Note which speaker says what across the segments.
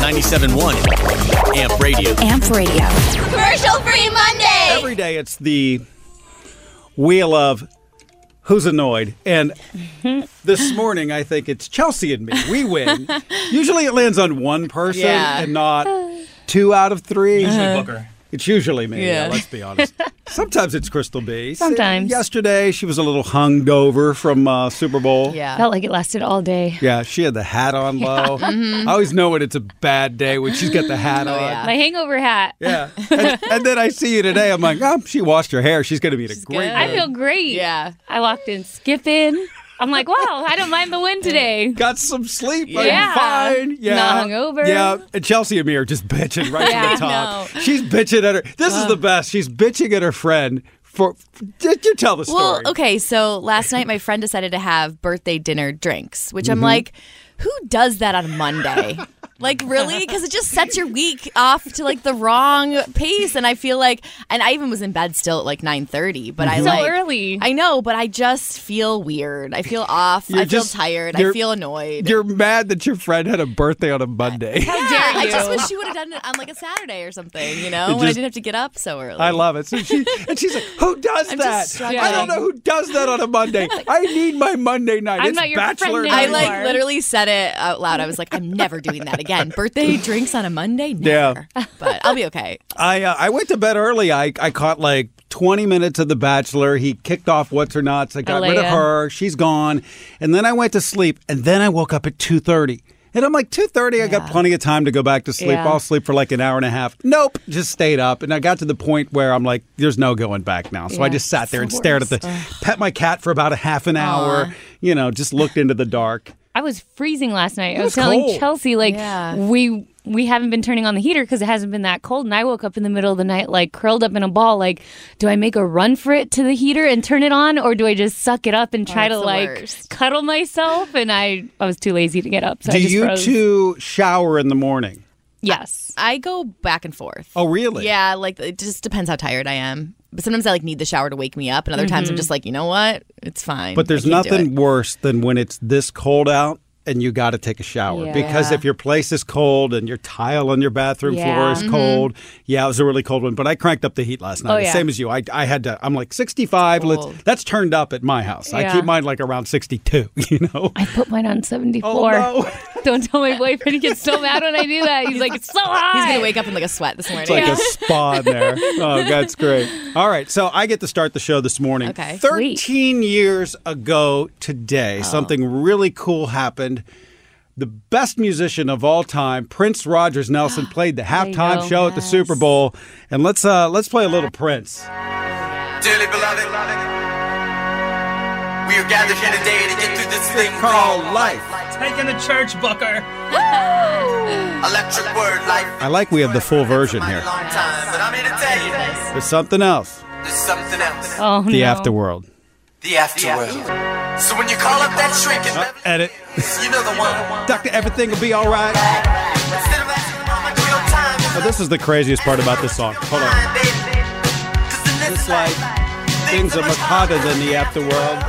Speaker 1: 97.1 Amp Radio.
Speaker 2: Amp Radio.
Speaker 3: Commercial free Monday.
Speaker 4: Every day it's the wheel of who's annoyed. And this morning I think it's Chelsea and me. We win. Usually it lands on one person
Speaker 5: Yeah. Uh-huh.
Speaker 4: and not two out of three.
Speaker 6: Booker.
Speaker 4: It's usually me. Yeah.
Speaker 5: Yeah.
Speaker 4: let's be honest. Sometimes it's Crystal B.
Speaker 2: Sometimes.
Speaker 4: Yesterday she was a little hungover from uh, Super Bowl.
Speaker 5: Yeah.
Speaker 2: Felt like it lasted all day.
Speaker 4: Yeah, she had the hat on low.
Speaker 5: Mm-hmm.
Speaker 4: I always know when it's a bad day when she's got the hat
Speaker 5: Oh,
Speaker 4: on.
Speaker 2: My hangover hat.
Speaker 4: Yeah. And, and then I see you today. I'm like, oh, she washed her hair. She's going to be in a great
Speaker 5: good.
Speaker 2: I feel great.
Speaker 5: Yeah.
Speaker 2: I walked in skipping. I'm like, wow, I don't mind the wind today.
Speaker 4: Got some sleep.
Speaker 2: Yeah.
Speaker 4: I'm fine. Yeah.
Speaker 2: Not hungover.
Speaker 4: Yeah. And Chelsea and me are just bitching right
Speaker 2: Yeah,
Speaker 4: to
Speaker 2: I
Speaker 4: the top. She's bitching at her. This is the best. She's bitching at her friend for. Did you tell the story?
Speaker 5: Well, okay. So last night, my friend decided to have birthday dinner drinks, which
Speaker 4: Mm-hmm.
Speaker 5: I'm like, who does that on Monday? like, really? Because it just sets your week off to like the wrong pace. And I feel like, and I even was in bed still at like 9:30, but I
Speaker 2: So
Speaker 5: like
Speaker 2: early.
Speaker 5: I know, but I just feel weird. I feel off.
Speaker 4: You're
Speaker 5: I feel
Speaker 4: just-
Speaker 5: tired.
Speaker 4: you're-
Speaker 5: I feel annoyed.
Speaker 4: You're mad that your friend had a birthday on a Monday.
Speaker 5: Yeah,
Speaker 2: dare
Speaker 5: I
Speaker 2: you.
Speaker 5: just wish she would have done it on like a Saturday or something, you know,
Speaker 4: It
Speaker 5: when I
Speaker 4: just-
Speaker 5: didn't have to get up so early.
Speaker 4: I love it. So she, and she's like, "Who does
Speaker 5: I'm
Speaker 4: that?
Speaker 5: just
Speaker 4: I don't
Speaker 5: struggling.
Speaker 4: know who does that on a Monday. I need my Monday night.
Speaker 2: I'm
Speaker 4: it's
Speaker 2: not your
Speaker 4: bachelor
Speaker 2: friend
Speaker 4: night.
Speaker 5: I
Speaker 2: anymore.
Speaker 5: like literally said it out loud. I was like, I'm never doing that again. Birthday drinks on a Monday? Never. But I'll be okay.
Speaker 4: I uh, I went to bed early. I I caught like 20 minutes of The Bachelor. He kicked off What's Her Nuts. I got rid of
Speaker 2: Alea.
Speaker 4: her. She's gone. And then I went to sleep. And then I woke up at 2:30. And I'm like 2:30. I got plenty of time to go back to sleep.
Speaker 2: Yeah.
Speaker 4: I'll sleep for like an hour and a half. Nope, just stayed up. And I got to the point where I'm like, there's no going back now. So I
Speaker 2: Yeah,
Speaker 4: just sat
Speaker 2: it's
Speaker 4: there
Speaker 2: the
Speaker 4: and stared at the pet my cat for about a half an hour. You know, just looked into the dark.
Speaker 2: I was freezing last night. I
Speaker 4: was
Speaker 2: was telling
Speaker 4: cold.
Speaker 2: Chelsea like
Speaker 5: Yeah.
Speaker 2: we we haven't been turning on the heater because it hasn't been that cold. And I woke up in the middle of the night like curled up in a ball. Like, do I make a run for it to the heater and turn it on, or do I just suck it up and try
Speaker 5: that's
Speaker 2: to
Speaker 5: the
Speaker 2: like
Speaker 5: worst.
Speaker 2: cuddle myself? And I I was too lazy to get up. So I
Speaker 4: Do
Speaker 2: just
Speaker 4: you
Speaker 2: froze.
Speaker 4: two shower in the morning?
Speaker 2: Yes.
Speaker 5: I go back and forth.
Speaker 4: Oh, really?
Speaker 5: Yeah, like it just depends how tired I am. But sometimes I like need the shower to wake me up, and other times I'm just like, you know what? It's fine.
Speaker 4: Mm-hmm. But there's
Speaker 5: I can't do
Speaker 4: nothing
Speaker 5: it.
Speaker 4: worse than when it's this cold out and you got to take a shower
Speaker 2: Yeah.
Speaker 4: because
Speaker 5: Yeah.
Speaker 4: if your place is cold and your tile on your bathroom floor
Speaker 2: Yeah. Mm-hmm.
Speaker 4: is cold, yeah, it was a really cold one. But I cranked up the heat last night,
Speaker 2: Oh,
Speaker 4: the
Speaker 2: yeah.
Speaker 4: same as you. I, I had to. I'm like 65.
Speaker 5: Cold.
Speaker 4: Let's that's turned up at my house. I
Speaker 2: Yeah.
Speaker 4: keep mine like around 62. You know.
Speaker 2: I put mine on 74.
Speaker 4: Oh, no.
Speaker 2: Don't tell my boyfriend. He gets so mad when I do that. He's like, it's so hot.
Speaker 5: He's gonna wake up in like a sweat this morning.
Speaker 4: It's like a spa in there. Oh, that's great. All right, so I get to start the show this morning.
Speaker 5: Okay.
Speaker 4: 13
Speaker 2: Sweet. Oh.
Speaker 4: years ago today, something really cool happened. The best musician of all time, Prince Rogers Nelson, played the
Speaker 2: you
Speaker 4: halftime
Speaker 2: go.
Speaker 4: show at the Super Bowl. And let's uh, let's play a little Prince.
Speaker 1: Dearly beloved, we are gathered here today to get through this thing called life.
Speaker 6: Taking the church, Booker.
Speaker 1: Electric word, life.
Speaker 4: I like we have the full version here.
Speaker 1: Long time, but I'm here to tell you
Speaker 4: There's something else.
Speaker 1: there's something else.
Speaker 2: Oh,
Speaker 4: The
Speaker 2: no.
Speaker 4: afterworld.
Speaker 1: The afterworld. So when you call up that shrink and
Speaker 4: Edit.
Speaker 1: you know the one.
Speaker 4: Doctor, everything will be all right.
Speaker 1: Instead of asking mama to your time,
Speaker 4: But this is the craziest part about this song. Hold on. This life, things are much hotter than the afterworld.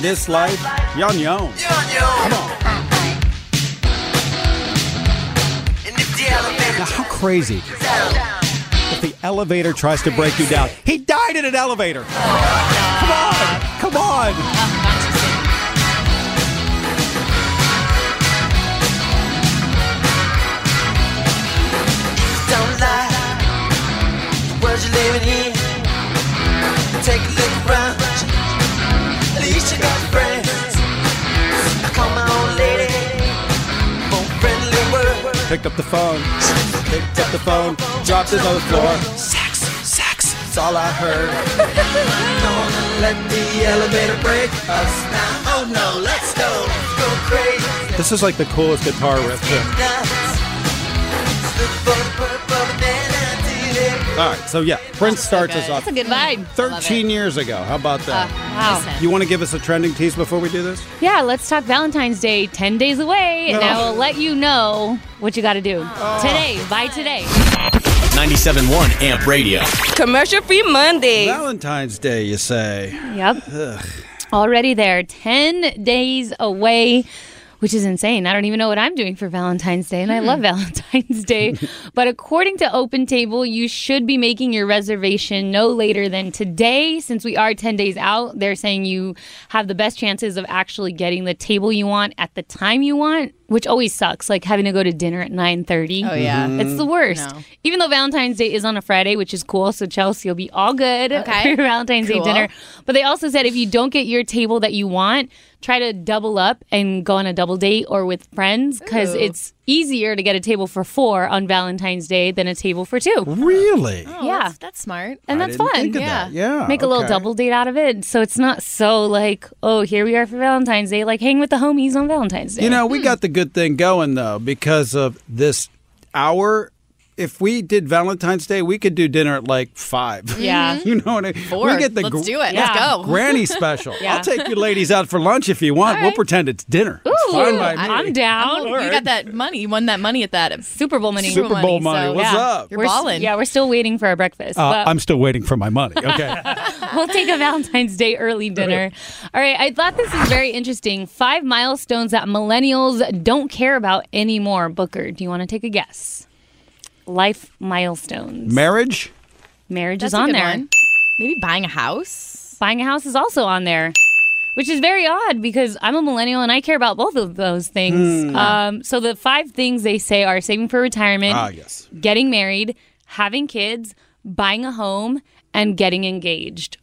Speaker 4: This life, yon yon. Come on. Now, how crazy if the elevator tries to break you down? He died in an elevator. Come on. Come on.
Speaker 1: Don't lie. The world you're living in. Take a look around. At least you got friends. I call my old lady. More friendly word.
Speaker 4: Picked up the phone. Picked up the phone. Dropped it on the floor. Sex. Sex. It's all I heard.
Speaker 1: Let the elevator break us now. Oh no, let's go. Go crazy.
Speaker 4: This is like the coolest guitar riff. too. All right, so yeah, Prince starts us off
Speaker 2: That's a good vibe.
Speaker 4: 13 years ago. How about that?
Speaker 2: Uh, Wow.
Speaker 4: you want to give us a trending tease before we do this?
Speaker 2: Yeah, let's talk Valentine's Day 10 days away, and I will let you know what you got to do today, by today.
Speaker 1: 97.1 Amp Radio.
Speaker 7: Commercial free Monday.
Speaker 4: Valentine's Day, you say?
Speaker 2: Yep. Already there, 10 days away, which is insane. I don't even know what I'm doing for Valentine's Day, and I love Valentine's Day. but according to Open Table, you should be making your reservation no later than today. Since we are 10 days out, they're saying you have the best chances of actually getting the table you want at the time you want. Which always sucks, like having to go to dinner at 9.30.
Speaker 5: Oh, yeah.
Speaker 2: It's the worst.
Speaker 5: No.
Speaker 2: Even though Valentine's Day is on a Friday, which is cool, so Chelsea will be all good
Speaker 5: Okay.
Speaker 2: for your Valentine's
Speaker 5: Cool.
Speaker 2: Day dinner. But they also said if you don't get your table that you want, try to double up and go on a double date or with friends because
Speaker 5: Ooh.
Speaker 2: it's easier to get a table for four on Valentine's Day than a table for two.
Speaker 4: Really?
Speaker 2: yeah.
Speaker 5: That's, that's smart.
Speaker 2: and
Speaker 4: I
Speaker 2: that's
Speaker 4: didn't
Speaker 2: fun.
Speaker 4: think of
Speaker 5: yeah.
Speaker 4: that. Yeah.
Speaker 2: Oh. Make a little
Speaker 4: okay.
Speaker 2: double date out of it. So it's not so like, oh, here we are for Valentine's Day. Like, hang with the homies on Valentine's Day.
Speaker 4: You know,
Speaker 5: Hmm.
Speaker 4: we got the good thing going though because of this hour. If we did Valentine's Day, we could do dinner at like five.
Speaker 2: Yeah.
Speaker 4: you know what I mean.
Speaker 5: Four.
Speaker 4: We get the
Speaker 5: Let's
Speaker 4: gr-
Speaker 5: do it.
Speaker 2: Yeah.
Speaker 5: Let's go.
Speaker 4: granny special.
Speaker 2: Yeah.
Speaker 4: I'll take you ladies out for lunch if you want. We'll pretend it's dinner. Ooh, it's fine by me.
Speaker 2: I'm down.
Speaker 5: Oh, you got that money. You won that money at that
Speaker 2: Super Bowl money.
Speaker 4: Super Bowl money.
Speaker 5: so-
Speaker 4: What's
Speaker 2: yeah.
Speaker 4: up?
Speaker 5: You're
Speaker 2: We're s-
Speaker 5: balling.
Speaker 2: Yeah, we're still waiting for our breakfast.
Speaker 4: Uh,
Speaker 2: but-
Speaker 4: I'm still waiting for my money. Okay.
Speaker 2: We'll take a Valentine's Day early dinner. All right, I thought this is very interesting. Five milestones that millennials don't care about anymore. Booker, do you want to take a guess? Life milestones.
Speaker 4: Marriage.
Speaker 2: Marriage
Speaker 5: That's
Speaker 2: is
Speaker 5: a
Speaker 2: on
Speaker 5: good
Speaker 2: there.
Speaker 5: one. Maybe buying a house.
Speaker 2: Buying a house is also on there. Which is very odd because I'm a millennial and I care about both of those things. Um, so the five things they say are saving for retirement,
Speaker 4: Ah, yes.
Speaker 2: getting married, having kids, buying a home, and getting engaged.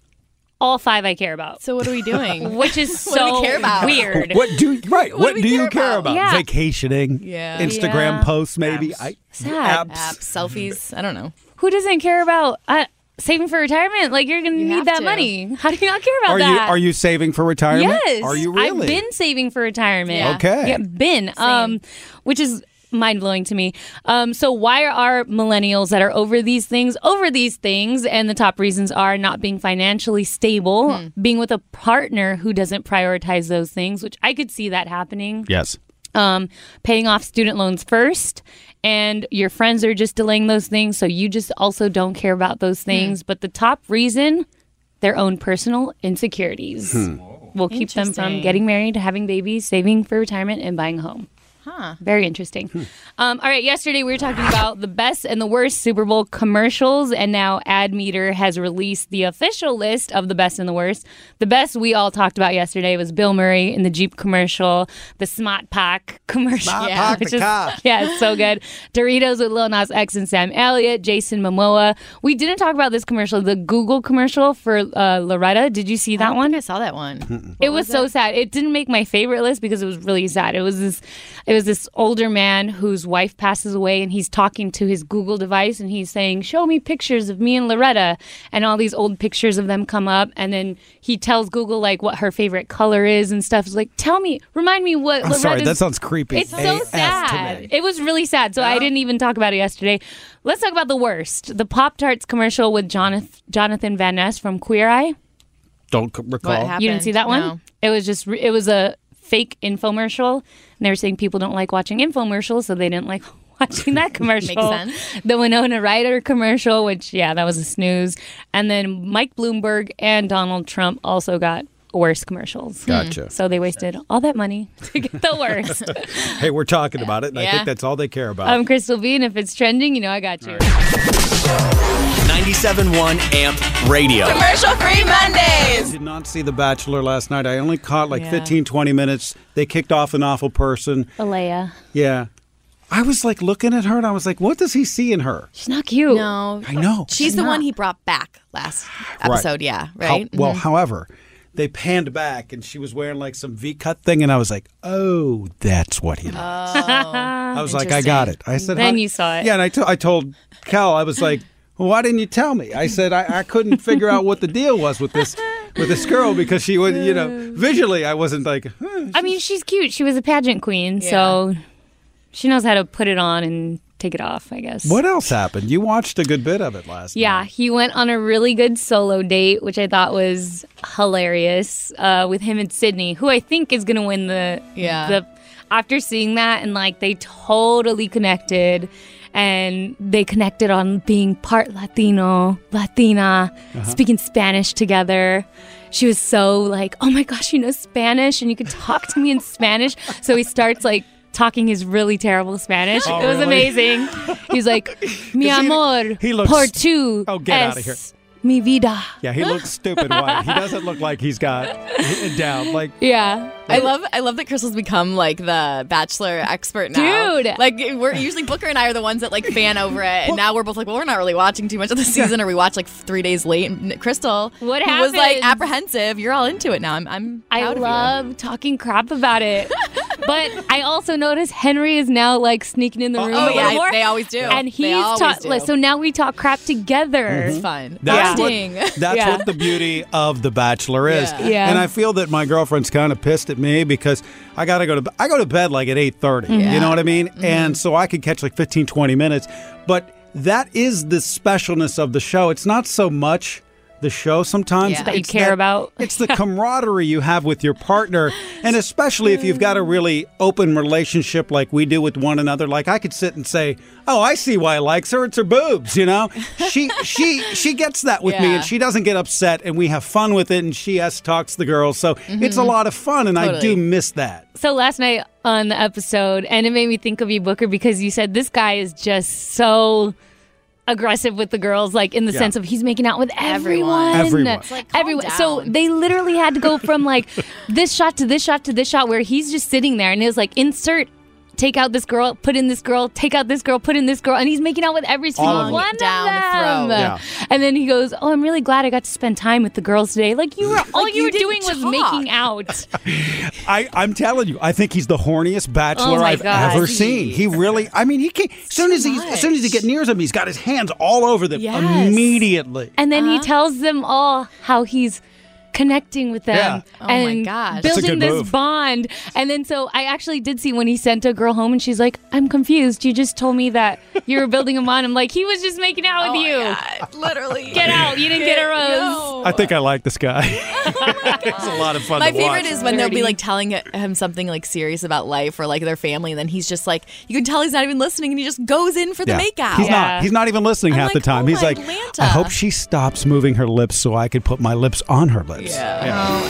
Speaker 2: All five I care about.
Speaker 5: So what are we doing?
Speaker 2: which is
Speaker 5: What do we
Speaker 2: so
Speaker 5: care about?
Speaker 2: weird.
Speaker 4: What do right? What,
Speaker 5: do we
Speaker 4: do you
Speaker 5: care
Speaker 4: care
Speaker 5: about?
Speaker 4: about?
Speaker 2: Yeah.
Speaker 4: Vacationing.
Speaker 5: Yeah.
Speaker 4: Instagram
Speaker 2: Yeah.
Speaker 4: posts maybe. I,
Speaker 2: Sad.
Speaker 4: Apps.
Speaker 5: Apps, selfies. I don't know.
Speaker 2: Who doesn't care about uh, saving for retirement? Like you're going to
Speaker 5: have
Speaker 2: need that
Speaker 5: to.
Speaker 2: money. How do you not care about
Speaker 4: Are
Speaker 2: that?
Speaker 4: you are you saving for retirement?
Speaker 2: Yes.
Speaker 4: Are you really?
Speaker 2: I've been saving for retirement.
Speaker 5: Yeah.
Speaker 4: Okay.
Speaker 2: Yeah, been. Um, which is mind blowing to me. Um, so why are millennials that are over these things over these things? And the top reasons are not being financially stable, being with a partner who doesn't prioritize those things, which I could see that happening.
Speaker 4: Yes.
Speaker 2: um, paying off student loans first, and your friends are just delaying those things. So you just also don't care about those things. But the top reason, their own personal insecurities.
Speaker 4: Hmm.
Speaker 2: Will keep them from
Speaker 5: Interesting.
Speaker 2: getting married, having babies, saving for retirement, and buying a home. Huh. Very interesting.
Speaker 4: Hmm.
Speaker 2: Um, all right, yesterday we were talking about the best and the worst Super Bowl commercials, and now AdMeter has released the official list of the best and the worst. The best we all talked about yesterday was Bill Murray in the Jeep commercial, the Smart Pack commercial.
Speaker 4: Smart Yeah. Pack,
Speaker 2: which
Speaker 4: the
Speaker 2: is-
Speaker 4: car.
Speaker 2: yeah, it's so good. Doritos with Lil Nas X and Sam Elliott, Jason Momoa. We didn't talk about this commercial, the Google commercial for uh, Loretta. Did you see that one?
Speaker 5: I saw that
Speaker 4: Mm-hmm.
Speaker 5: one.
Speaker 2: it was, so sad. It didn't make my favorite list because it was really sad. It was this it was this older man whose wife passes away and he's talking to his Google device and he's saying, "Show me pictures of me and Loretta." And all these old pictures of them come up and then he tells Google like what her favorite color is and stuff. It's like, "Tell me, remind me what
Speaker 4: I'm
Speaker 2: Loretta's
Speaker 4: sorry, that sounds creepy.
Speaker 2: it's so
Speaker 4: AF to
Speaker 2: sad.
Speaker 4: me.
Speaker 2: It was really sad. So
Speaker 5: Uh-huh.
Speaker 2: I didn't even talk about it yesterday. Let's talk about the worst. The Pop Tarts commercial with Jonath- Jonathan Van Ness from Queer Eye.
Speaker 4: Don't c- recall.
Speaker 5: What happened?
Speaker 2: You didn't see that one?
Speaker 5: No.
Speaker 2: It was just re- it was a fake infomercial. And they were saying people don't like watching infomercials, so they didn't like watching that commercial.
Speaker 5: sense.
Speaker 2: The Winona Ryder commercial, which yeah, that was a snooze. And then Mike Bloomberg and Donald Trump also got worse commercials.
Speaker 4: Gotcha.
Speaker 2: So they wasted all that money to get the worst.
Speaker 4: Hey, we're talking about it, and I
Speaker 5: Yeah.
Speaker 4: think that's all they care about.
Speaker 2: I'm Crystal Bean. If it's trending, you know I got you.
Speaker 1: 97.1 Amp Radio.
Speaker 7: Commercial free Mondays.
Speaker 4: I did not see The Bachelor last night. I only caught like
Speaker 5: Yeah.
Speaker 4: fifteen, twenty 15, 20 minutes. They kicked off an awful person.
Speaker 2: Alea.
Speaker 4: Yeah. I was like looking at her, and I was like, what does he see in her?
Speaker 2: She's not cute.
Speaker 5: No.
Speaker 4: I know.
Speaker 5: She's the one he brought back last episode. Yeah.
Speaker 4: How-
Speaker 5: Right.
Speaker 2: Mm-hmm.
Speaker 4: well, however, they panned back, and she was wearing like some V cut thing, and I was like, oh, that's what he likes. I was like, I got it. I said,
Speaker 2: Oh, Then
Speaker 4: "How-"
Speaker 2: you saw it.
Speaker 4: Yeah, and I, t- I told Cal, I was like, well, why didn't you tell me? I said, I, I couldn't figure out what the deal was with this. with this girl because she would, you know, visually I wasn't like, huh,
Speaker 2: I mean, she's cute. She was a pageant queen, so she knows how to put it on and take it off, I guess.
Speaker 4: what else happened? You watched a good bit of it last
Speaker 2: Yeah, he went on a really good solo date, which I thought was hilarious, uh, with him and Sydney, who I think is going to win the.
Speaker 5: Yeah.
Speaker 2: The, after seeing that, and like they totally connected, and they connected on being part Latino, Latina,
Speaker 4: Uh-huh.
Speaker 2: speaking Spanish together. She was so like, oh my gosh, you know Spanish, and you could talk to me in Spanish. So he starts like talking his really terrible Spanish.
Speaker 4: Oh,
Speaker 2: it was
Speaker 4: really?
Speaker 2: amazing. He's like, mi
Speaker 4: he-
Speaker 2: amor,
Speaker 4: he looks-
Speaker 2: por tu
Speaker 4: Oh, get outta
Speaker 2: es
Speaker 4: here.
Speaker 2: Mi vida.
Speaker 4: Yeah, he looks stupid white. He doesn't look like he's got it down. Like,
Speaker 2: Yeah.
Speaker 5: I love I love that Crystal's become like the bachelor expert now.
Speaker 2: Dude.
Speaker 5: Like we're usually Booker and I are the ones that like fan over it and now we're both like, well, we're not really watching too much of the season or we watch like three days late. And Crystal
Speaker 2: What
Speaker 5: who was like
Speaker 2: happens?
Speaker 5: apprehensive. You're all into it now. I'm I'm
Speaker 2: I
Speaker 5: proud of you.
Speaker 2: love talking crap about it. but I also notice Henry is now like sneaking in the room.
Speaker 5: Oh
Speaker 2: a little
Speaker 5: yeah,
Speaker 2: more,
Speaker 5: they always do.
Speaker 2: And
Speaker 5: they
Speaker 2: he's
Speaker 5: always
Speaker 2: taught.
Speaker 5: do. Mm-hmm.
Speaker 2: like, So now we talk crap together.
Speaker 5: it's fun.
Speaker 4: That's
Speaker 5: Bonding.
Speaker 4: what that's
Speaker 2: Yeah.
Speaker 4: what the beauty of the Bachelor is.
Speaker 5: Yeah.
Speaker 2: Yeah.
Speaker 4: And I feel that my girlfriend's kind of pissed at me because I gotta go to I go to bed like at eight thirty. You know what I mean? And so I could catch like 15, 20 minutes. But that is the specialness of the show. It's not so much the show sometimes
Speaker 5: Yeah.
Speaker 2: That you
Speaker 4: it's
Speaker 2: care about.
Speaker 4: it's the camaraderie you have with your partner and especially if you've got a really open relationship like we do with one another like i could sit and say oh i see why he likes her it's her boobs you know she she she gets that with me
Speaker 5: Yeah.
Speaker 4: and she doesn't get upset and we have fun with it and she has talks to the girls so it's a lot of fun and i
Speaker 5: Totally.
Speaker 4: do miss that
Speaker 2: So last night on the episode, and it made me think of you, Booker, because you said this guy is just so aggressive with the girls, like in the
Speaker 4: Yeah.
Speaker 2: sense of he's making out with everyone.
Speaker 4: Everyone. It's
Speaker 5: like, calm
Speaker 2: Everyone. So
Speaker 5: down.
Speaker 2: they literally had to go from like this shot to this shot to this shot where he's just sitting there and it was like insert. Take out this girl, put in this girl, take out this girl, put in this girl, and he's making out with every single
Speaker 4: of them.
Speaker 2: one
Speaker 5: Down
Speaker 2: of them.
Speaker 5: throw.
Speaker 4: Yeah.
Speaker 2: And then he goes, "Oh, I'm really glad I got to spend time with the girls today. Like you were, all you,
Speaker 5: you
Speaker 2: were
Speaker 5: didn't
Speaker 2: doing was
Speaker 5: talk.
Speaker 2: making out.
Speaker 4: I, I'm telling you, I think he's the horniest bachelor
Speaker 2: Oh my
Speaker 4: I've
Speaker 2: God.
Speaker 4: ever seen. He really, I mean, he can't. As soon as he, as soon as he get near him, he's got his hands all over them
Speaker 5: Yes.
Speaker 4: immediately.
Speaker 2: And then
Speaker 5: Uh-huh.
Speaker 2: he tells them all how he's connecting with them
Speaker 4: Yeah.
Speaker 5: Oh my
Speaker 2: and
Speaker 5: gosh. That's
Speaker 4: a
Speaker 2: building
Speaker 4: good
Speaker 2: this
Speaker 4: move.
Speaker 2: bond. And then so I actually did see when he sent a girl home and she's like, I'm confused. You just told me that you were building a bond. I'm like, he was just making out with
Speaker 5: Oh my
Speaker 2: you.
Speaker 5: God, Literally.
Speaker 2: Get out. You didn't get, a rose.
Speaker 5: No.
Speaker 4: I think I like this guy. it's a lot of fun.
Speaker 5: Oh My
Speaker 4: to
Speaker 5: favorite
Speaker 4: watch.
Speaker 5: is when they'll be
Speaker 2: Dirty.
Speaker 5: like telling him something like serious about life or like their family, and then he's just like, you can tell he's not even listening, and he just goes in for the
Speaker 4: Yeah.
Speaker 5: makeout.
Speaker 4: He's
Speaker 2: Yeah.
Speaker 4: not. He's not even listening
Speaker 5: I'm
Speaker 4: half the
Speaker 5: like,
Speaker 4: time.
Speaker 5: oh,
Speaker 4: he's like,
Speaker 5: Atlanta.
Speaker 4: I hope she stops moving her lips so I could put my lips on her lips. Yeah.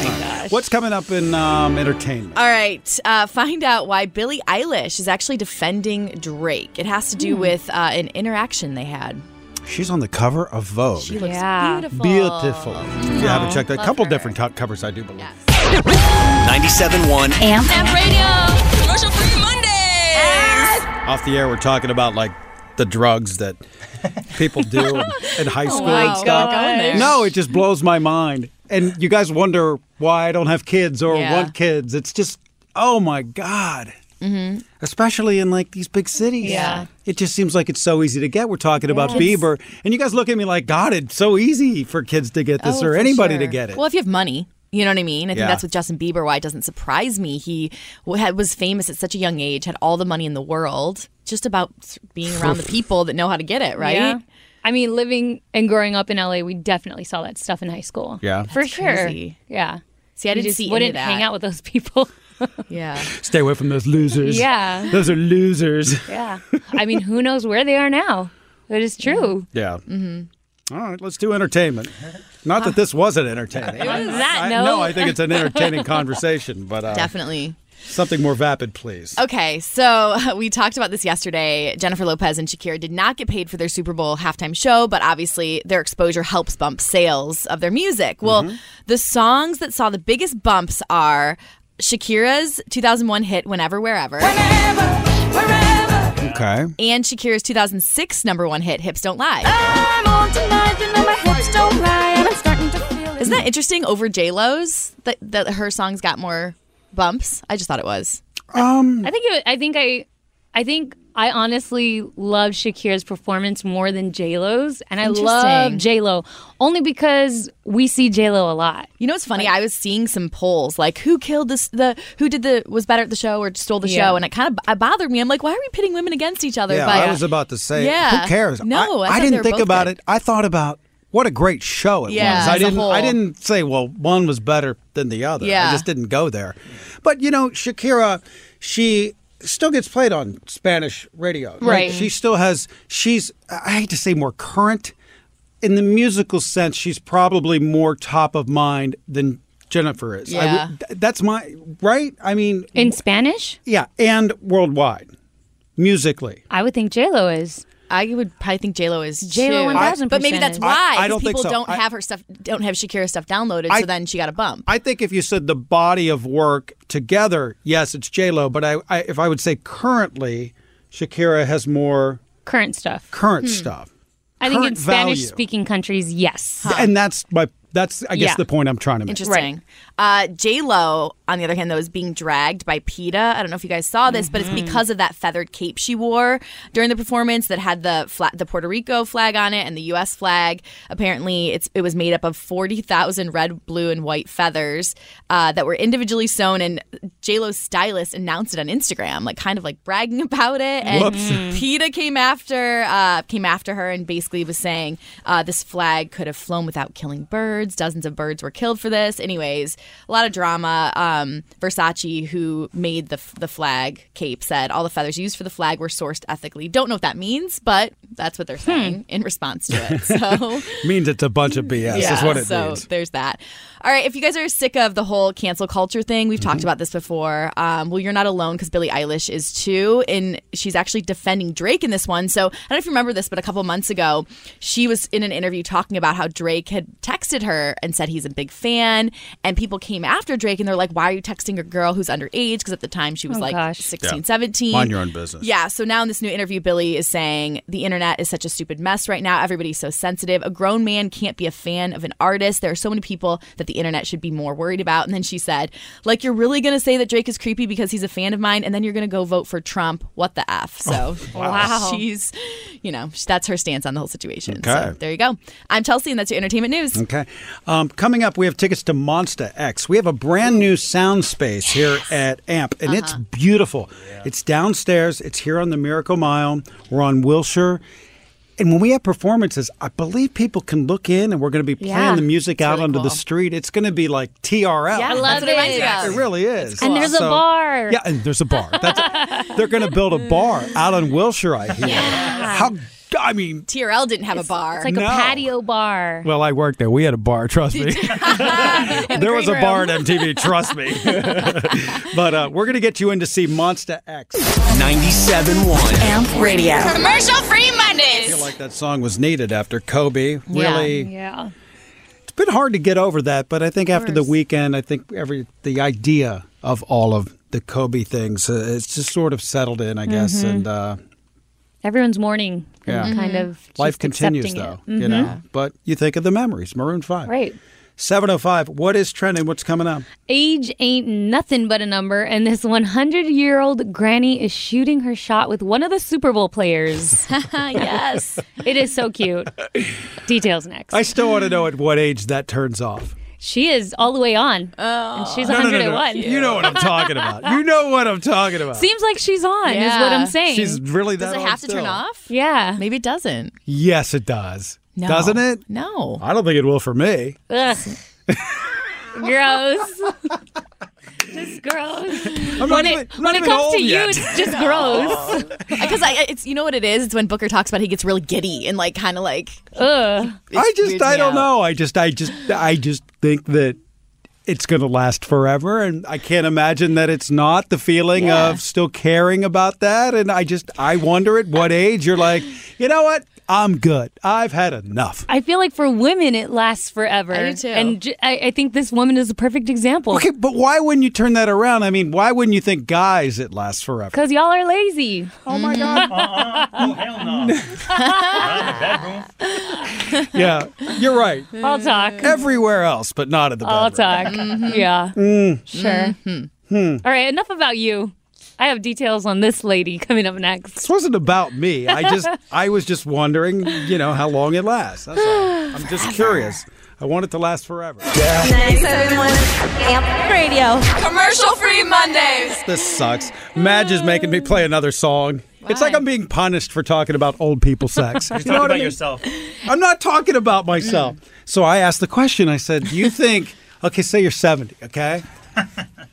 Speaker 4: What's coming up in um, entertainment?
Speaker 5: All right, Oh uh, find out why Billie Eilish is actually defending Drake. It has to do with uh, an interaction they had.
Speaker 4: She's on the cover of Vogue.
Speaker 5: She looks
Speaker 2: Yeah.
Speaker 5: beautiful.
Speaker 4: Beautiful. If you haven't checked that, a couple
Speaker 5: her.
Speaker 4: different co- covers, I do believe.
Speaker 1: 97.1 Amp.
Speaker 3: Commercial free Mondays.
Speaker 4: Off the air, we're talking about like the drugs that people do in, in high school
Speaker 5: Oh my
Speaker 4: and stuff.
Speaker 5: gosh. Going there.
Speaker 4: No, it just blows my mind. And you guys wonder why I don't have kids or
Speaker 5: Yeah.
Speaker 4: want kids. It's just, oh my God. Especially in like these big cities.
Speaker 5: Mm-hmm. Yeah.
Speaker 4: It just seems like it's so easy to get. We're talking about Bieber. And you guys look at me like, God, it's so easy for kids to get this
Speaker 5: Oh,
Speaker 4: or
Speaker 5: for
Speaker 4: anybody to
Speaker 5: sure.
Speaker 4: get it.
Speaker 5: Well, if you have money. You know what I mean? I think
Speaker 4: Yeah.
Speaker 5: that's with Justin Bieber why it doesn't surprise me. He w- had, was famous at such a young age, had all the money in the world, just about being around the people that know how to get it, right?
Speaker 2: Yeah. I mean, living and growing up in LA, we definitely saw that stuff in high school.
Speaker 4: Yeah.
Speaker 2: For sure.
Speaker 5: crazy.
Speaker 2: Yeah.
Speaker 5: See, I
Speaker 2: You
Speaker 5: didn't
Speaker 2: just
Speaker 5: see any of
Speaker 2: wouldn't
Speaker 5: that.
Speaker 2: hang out with those people.
Speaker 5: Yeah.
Speaker 4: Stay away from those losers.
Speaker 2: Yeah.
Speaker 4: Those are losers.
Speaker 2: yeah. I mean, who knows where they are now? It is true.
Speaker 4: Yeah. Mm-hmm. All right, let's do entertainment. Not that this wasn't entertaining.
Speaker 2: On that
Speaker 4: I,
Speaker 2: note,
Speaker 4: no, I think it's an entertaining conversation, but uh,
Speaker 5: Definitely.
Speaker 4: something more vapid, please.
Speaker 5: Okay, so we talked about this yesterday. Jennifer Lopez and Shakira did not get paid for their Super Bowl halftime show, but obviously their exposure helps bump sales of their music. Well, the songs that saw the biggest bumps are Shakira's 2001 hit Whenever Wherever
Speaker 4: Okay.
Speaker 5: and Shakira's 2006 number 1 hit Hips Don't Lie. Isn't that interesting over J-Lo's that, that her songs got more bumps? I just thought it was.
Speaker 2: I think it, I think I I think I honestly love Shakira's performance more than J Lo's, and I
Speaker 5: Interesting.
Speaker 2: love J Lo only because we see J Lo a lot.
Speaker 5: You know what's funny? I was seeing some polls like who killed this, the who did the was better at the show or stole the
Speaker 2: Yeah.
Speaker 5: show, and it kind of it bothered me. I'm like, why are we pitting women against each other?
Speaker 4: Yeah,
Speaker 5: but
Speaker 4: I was about to say.
Speaker 5: Yeah.
Speaker 4: Who cares?
Speaker 5: No, I
Speaker 4: I,
Speaker 5: thought they
Speaker 4: didn't
Speaker 5: were
Speaker 4: think
Speaker 5: both
Speaker 4: about
Speaker 5: good.
Speaker 4: it. I thought about what a great show it
Speaker 5: Yeah,
Speaker 4: was.
Speaker 5: as
Speaker 4: I
Speaker 5: a
Speaker 4: didn't.
Speaker 5: whole.
Speaker 4: I didn't say well one was better than the other.
Speaker 5: Yeah.
Speaker 4: I just didn't go there. But you know, Shakira, she still gets played on Spanish radio. Like,
Speaker 2: Right.
Speaker 4: she still has. She's. I hate to say more current. In the musical sense, she's probably more top of mind than Jennifer is. I would-
Speaker 5: Yeah.
Speaker 4: th- that's my right. I mean,
Speaker 2: In Spanish,
Speaker 4: yeah, and worldwide, musically.
Speaker 2: I would think J Lo is.
Speaker 5: I would probably think J Lo is
Speaker 2: J Lo
Speaker 5: too.
Speaker 2: 1000%.
Speaker 5: but maybe that's
Speaker 2: I-
Speaker 5: why
Speaker 4: I
Speaker 5: 'cause
Speaker 4: don't think
Speaker 5: people
Speaker 4: so.
Speaker 5: don't
Speaker 4: I-
Speaker 5: have her stuff, don't have Shakira stuff downloaded,
Speaker 4: I-
Speaker 5: so then she got a bump.
Speaker 4: I think if you said the body of work together, yes, it's J Lo. But I, I, if I would say currently, Shakira has more
Speaker 2: Current stuff.
Speaker 4: current stuff,
Speaker 2: Hmm. I think in
Speaker 4: current value.
Speaker 2: Spanish speaking countries, yes.
Speaker 4: and that's my that's I guess
Speaker 2: Yeah.
Speaker 4: the point I'm trying to make.
Speaker 5: Interesting. Uh, J Lo, on the other hand, though, is being dragged by PETA. I don't know if you guys saw this, but it's because of that feathered cape she wore during the performance that had the fla- the Puerto Rico flag on it and the U.S. flag. Apparently, it's it was made up of forty thousand red, blue, and white feathers uh, that were individually sewn. And J Lo's stylist announced it on Instagram, like kind of like bragging about it. And
Speaker 4: Whoops.
Speaker 5: PETA came after uh, came after her and basically was saying uh, this flag could have flown without killing birds. Dozens of birds were killed for this. Anyways, a lot of drama. Um, Versace, who made the the flag cape, said all the feathers used for the flag were sourced ethically. Don't know what that means, but that's what they're saying in response to it. So
Speaker 4: Means it's a bunch of BS. is what it
Speaker 5: so
Speaker 4: means.
Speaker 5: there's that. All right, if you guys are sick of the whole cancel culture thing, we've
Speaker 4: Mm-hmm.
Speaker 5: talked about this before. Um, well, you're not alone because Billie Eilish is too, and she's actually defending Drake in this one. So I don't know if you remember this, but a couple months ago, she was in an interview talking about how Drake had texted her and said he's a big fan, and people came after Drake and they're like, "Why are you texting a girl who's underage?" Because at the time she was
Speaker 2: Oh,
Speaker 5: like
Speaker 2: gosh.
Speaker 5: 16, 17.
Speaker 4: Mind your own business.
Speaker 5: Yeah. So now in this new interview, Billy is saying the internet is such a stupid mess right now. Everybody's so sensitive. A grown man can't be a fan of an artist. There are so many people that the internet should be more worried about. And then she said, like, you're really going to say that Drake is creepy because he's a fan of mine, and then you're going to go vote for Trump. What the F? So,
Speaker 4: Oh,
Speaker 2: Wow.
Speaker 5: She's, you know, sh- that's her stance on the whole situation. So
Speaker 4: Okay.
Speaker 5: there you go. I'm Chelsea, and that's your entertainment news.
Speaker 4: Okay. Um, coming up, we have tickets to Monsta X. We have a brand new sound space here at AMP, and it's
Speaker 2: Uh-huh.
Speaker 4: beautiful. It's downstairs, it's here on the Miracle Mile. We're on Wilshire. And when we have performances, I believe people can look in and we're going to be playing
Speaker 2: Yeah.
Speaker 4: the music out
Speaker 5: really
Speaker 4: onto the
Speaker 5: cool.
Speaker 4: street. It's going to be like TRL.
Speaker 5: Yeah, I
Speaker 2: love
Speaker 5: that's what it reminds me
Speaker 2: it.
Speaker 5: of.
Speaker 4: It really is.
Speaker 2: And there's a bar.
Speaker 4: Yeah, and there's a bar. That's they're going to build a bar out on Wilshire, I hear. How, I mean,
Speaker 5: TRL didn't have a bar.
Speaker 2: It's like
Speaker 4: No.
Speaker 2: a patio bar.
Speaker 4: well, I worked there. We had a bar, trust me. there was a bar at MTV, trust me. but uh, we're going to get you in to see Monster X. I
Speaker 8: 97.1.
Speaker 3: Amp Radio. Commercial free Mondays.
Speaker 4: feel like that song was needed after Kobe. Really,
Speaker 2: yeah.
Speaker 4: it's been hard to get over that, but I think after the weekend, I think every the idea of all of the Kobe things, uh, it's just sort of settled in, I guess.
Speaker 2: Mm-hmm.
Speaker 4: And uh,
Speaker 2: Everyone's mourning.
Speaker 4: Yeah. Mm-hmm.
Speaker 2: and Kind of.
Speaker 4: life
Speaker 2: just
Speaker 4: continues, though,
Speaker 2: accepting it. Mm-hmm.
Speaker 4: you know. But you think of the memories, Maroon Five,
Speaker 2: Right.
Speaker 4: 705. What is trending? What's coming up?
Speaker 2: Age ain't nothing but a number, and this 100 year old granny is shooting her shot with one of the Super Bowl players.
Speaker 5: yes.
Speaker 2: it is so cute. Details next.
Speaker 4: I still want to know at what age that turns off.
Speaker 2: she is all the way on, and
Speaker 4: Oh.
Speaker 2: she's 101.
Speaker 4: You know what I'm talking about. You know what I'm talking about.
Speaker 2: Seems like she's on, is
Speaker 5: Yeah.
Speaker 2: what I'm saying.
Speaker 4: She's really
Speaker 5: Does
Speaker 4: that
Speaker 5: it
Speaker 4: old
Speaker 5: have to turn
Speaker 4: still.
Speaker 5: off?
Speaker 2: yeah.
Speaker 5: Maybe it doesn't.
Speaker 4: Yes, it does.
Speaker 5: No.
Speaker 4: Doesn't it?
Speaker 5: No.
Speaker 4: I don't think it will for me.
Speaker 2: Ugh. gross. just gross.
Speaker 4: I'm
Speaker 2: When
Speaker 4: not
Speaker 2: it,
Speaker 4: even,
Speaker 2: when it comes
Speaker 4: old
Speaker 2: to you,
Speaker 4: yet.
Speaker 2: it's just gross.
Speaker 5: Because I, it's you know what it is. It's when Booker talks about he gets really giddy and like kind of like
Speaker 2: Ugh.
Speaker 4: I
Speaker 5: weirds
Speaker 4: just, I
Speaker 5: me
Speaker 4: don't
Speaker 5: out.
Speaker 4: know. I just, I just, I just think that it's going to last forever, and I can't imagine that it's not. The feeling of still caring about that, and I just, I wonder at what age you're like, you know what? I'm good. I've had enough.
Speaker 2: I feel like for women, it lasts forever.
Speaker 5: I do too.
Speaker 2: And j- I, I think this woman is a perfect example.
Speaker 4: Okay, but why wouldn't you turn that around? I mean, why wouldn't you think guys it lasts forever?
Speaker 2: Because y'all are lazy.
Speaker 4: Oh my god.
Speaker 9: Oh, hell no. Not in the bedroom.
Speaker 4: yeah, you're right.
Speaker 2: I'll talk.
Speaker 4: Everywhere else, but not at the
Speaker 2: I'll
Speaker 4: bedroom. Mm. Hmm.
Speaker 2: talk. Yeah. Sure. All right, enough about you. I have details on this lady coming up next.
Speaker 4: This wasn't about me. I just I was just wondering, you know, how long it lasts. That's all. I'm just curious. I want it to last forever.
Speaker 3: Amp Radio. Commercial free Mondays.
Speaker 4: This sucks. Madge is making me play another song. It's like I'm being punished for talking about old people sex.
Speaker 9: You're
Speaker 4: You
Speaker 9: talking
Speaker 4: know what
Speaker 9: about
Speaker 4: I mean?
Speaker 9: yourself.
Speaker 4: I'm not talking about myself. So I asked the question. I said, "Do you think? Okay, say you're 70. Okay,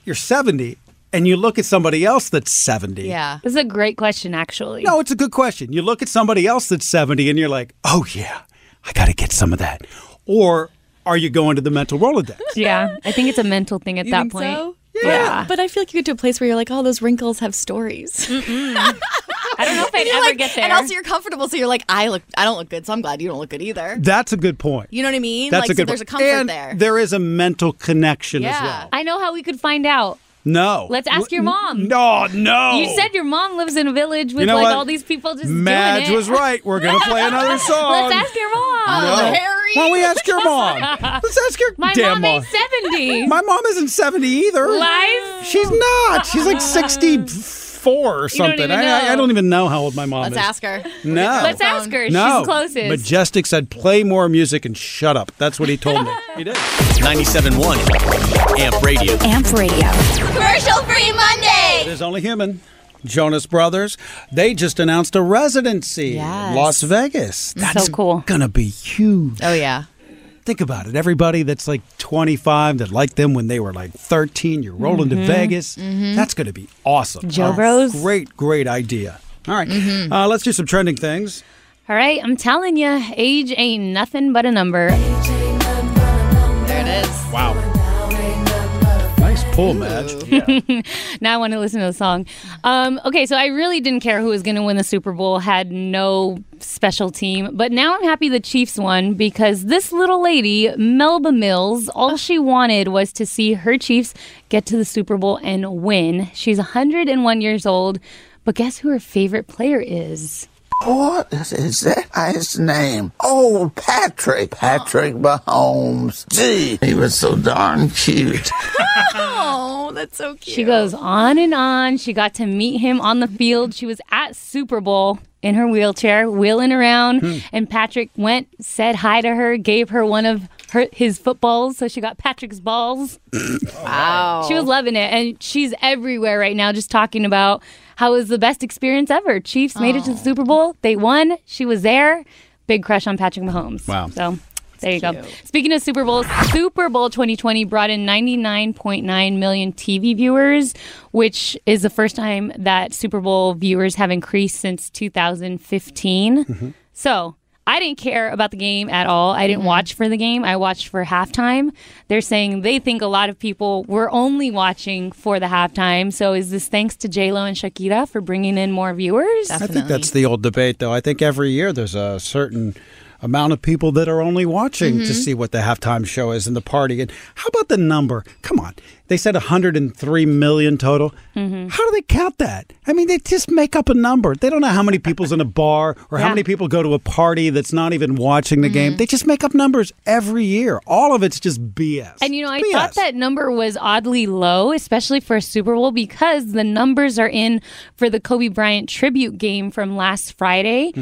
Speaker 4: you're 70, and you look at somebody else that's 70.
Speaker 2: Yeah. This is a great question, actually.
Speaker 4: No, it's a good question. You look at somebody else that's 70, and you're like, "Oh yeah, I got to get some of that." Or are you going to the mental rolodex?
Speaker 2: Yeah. I think it's a mental thing at
Speaker 5: You
Speaker 2: that
Speaker 5: think
Speaker 2: point.
Speaker 5: so?
Speaker 2: Yeah.
Speaker 5: Ah. But I feel like you get to a place where you're like, oh, those wrinkles have stories.
Speaker 2: I don't know if I'd
Speaker 5: You're
Speaker 2: ever
Speaker 5: like-
Speaker 2: get there.
Speaker 5: And also, you're comfortable, so you're like, I look, I don't look good, so I'm glad you don't look good either.
Speaker 4: That's a good point.
Speaker 5: You know what I mean?
Speaker 4: That's
Speaker 5: like,
Speaker 4: a good.
Speaker 5: so there's a
Speaker 4: point.
Speaker 5: comfort
Speaker 4: and
Speaker 5: there.
Speaker 4: There is a mental connection as well.
Speaker 2: I know how we could find out.
Speaker 4: No.
Speaker 2: Let's ask your mom.
Speaker 4: No, no.
Speaker 2: You said your mom lives in a village with
Speaker 4: Oh. You know
Speaker 2: like
Speaker 4: what?
Speaker 2: all these people just
Speaker 4: Madge
Speaker 2: doing it.
Speaker 4: was right. We're gonna play another song.
Speaker 2: Let's ask your mom.
Speaker 4: No. Why don't we ask your mom? Let's ask your
Speaker 2: My
Speaker 4: damn
Speaker 2: mom
Speaker 4: mom.
Speaker 2: ain't 70.
Speaker 4: My mom isn't 70 either.
Speaker 2: Life?
Speaker 4: She's not. She's like 64 or something.
Speaker 2: even
Speaker 4: I, I, I
Speaker 2: know.
Speaker 4: don't even know how old my mom
Speaker 5: Let's
Speaker 4: is.
Speaker 5: ask her.
Speaker 4: No.
Speaker 2: Let's ask her.
Speaker 4: No.
Speaker 2: She's closest.
Speaker 4: Majestic said, play more music and shut up. That's what he told me. he did.
Speaker 8: 97.1 Amp Radio.
Speaker 3: Amp Radio.
Speaker 5: Commercial free Monday.
Speaker 4: It is only human. Jonas Brothers, they just announced a residency in
Speaker 5: Yes.
Speaker 4: Las Vegas. That's
Speaker 2: cool.
Speaker 4: going to be huge.
Speaker 5: Oh, yeah.
Speaker 4: Think about it. Everybody that's like 25 that liked them when they were like 13, you're rolling to Vegas. That's going to be awesome.
Speaker 2: Joe
Speaker 4: A
Speaker 2: Bros.
Speaker 4: Great, great idea. All right. Uh, let's do some trending things.
Speaker 2: All right, I'm telling you, age ain't nothing but a number.
Speaker 5: There it is.
Speaker 4: Wow. Nice pull, Madge.
Speaker 2: Now I want to listen to the song. Um, okay, so I really didn't care who was going to win the Super Bowl, had no special team, but now I'm happy the Chiefs won because this little lady, Melba Mills, all she wanted was to see her Chiefs get to the Super Bowl and win. She's 101 years old, but guess who her favorite player is?
Speaker 10: What is that guy's name? Oh, Patrick. Patrick Mahomes. Gee, he was so darn cute.
Speaker 5: Oh, that's so cute.
Speaker 2: She goes on and on. She got to meet him on the field. She was at Super Bowl in her wheelchair, wheeling around, and Patrick went, said hi to her, gave her one of her his footballs, so she got Patrick's balls.
Speaker 5: wow.
Speaker 2: She was loving it, and she's everywhere right now, just talking about how it was the best experience ever. Chiefs made it to the Super Bowl. They won. She was there. Big crush on Patrick Mahomes.
Speaker 4: Wow.
Speaker 2: So. There you go. Speaking of Super Bowls, Super Bowl 2020 brought in 99.9 million TV viewers, which is the first time that Super Bowl viewers have increased since 2015. So I didn't care about the game at all. I didn't watch for the game. I watched for halftime. They're saying they think a lot of people were only watching for the halftime. So is this thanks to J Lo and Shakira for bringing in more viewers?
Speaker 4: I think that's the old debate, though. I think every year there's a certain amount of people that are only watching
Speaker 2: Mm-hmm.
Speaker 4: to see what the halftime show is and the party. And how about the number? Come on. They said 103 million total.
Speaker 2: Mm-hmm.
Speaker 4: How do they count that? I mean, they just make up a number. They don't know how many people's in a bar or how
Speaker 2: Yeah. Mm-hmm.
Speaker 4: many people go to a party that's not even watching the game. They just make up numbers every year. All of it's just BS.
Speaker 2: And you know, I
Speaker 4: It's
Speaker 2: thought
Speaker 4: BS.
Speaker 2: that number was oddly low, especially for a Super Bowl, because the numbers are in for the Kobe Bryant tribute game from last Friday.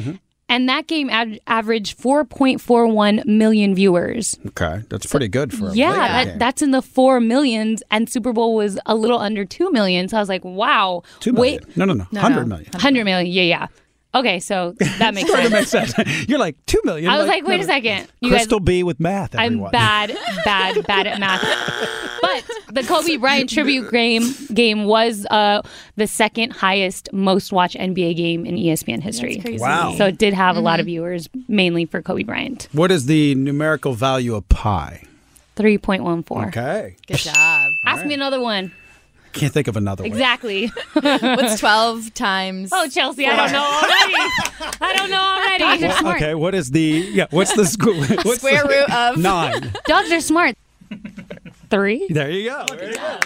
Speaker 2: And that game ad- averaged 4.41 million viewers.
Speaker 4: Okay, that's pretty good for a
Speaker 2: Yeah,
Speaker 4: late
Speaker 2: that,
Speaker 4: game.
Speaker 2: that's in the four millions, and Super Bowl was a little under two million. So I was like, wow.
Speaker 4: Two million. no, no, no,
Speaker 5: No,
Speaker 4: hundred
Speaker 5: no.
Speaker 4: million.
Speaker 2: 100 million. Yeah, yeah. Okay, so that makes
Speaker 4: Sort
Speaker 2: sense.
Speaker 4: of makes sense. You're like two million.
Speaker 2: I was like, wait a
Speaker 4: no,
Speaker 2: second. You guys-
Speaker 4: Crystal B with math.
Speaker 2: I'm
Speaker 4: everyone.
Speaker 2: bad, bad, bad at math. But the Kobe Bryant tribute game game was uh, the second highest most watched NBA game in E ESPN history.
Speaker 4: Wow.
Speaker 2: So it did have a lot of viewers, mainly for Kobe Bryant.
Speaker 4: What is the numerical value of pi?
Speaker 2: Three point one four.
Speaker 4: Okay.
Speaker 5: Good job.
Speaker 2: Ask me another one.
Speaker 4: Can't think of another one.
Speaker 2: Exactly.
Speaker 5: What's 12 times?
Speaker 2: Oh, Chelsea, I don't know already. I don't know already.
Speaker 4: Well, okay. What is the yeah? What's the squ- what's
Speaker 5: square
Speaker 4: the-
Speaker 5: root of?
Speaker 4: nine?
Speaker 2: Dogs are smart. Three.
Speaker 4: There you go. There you go.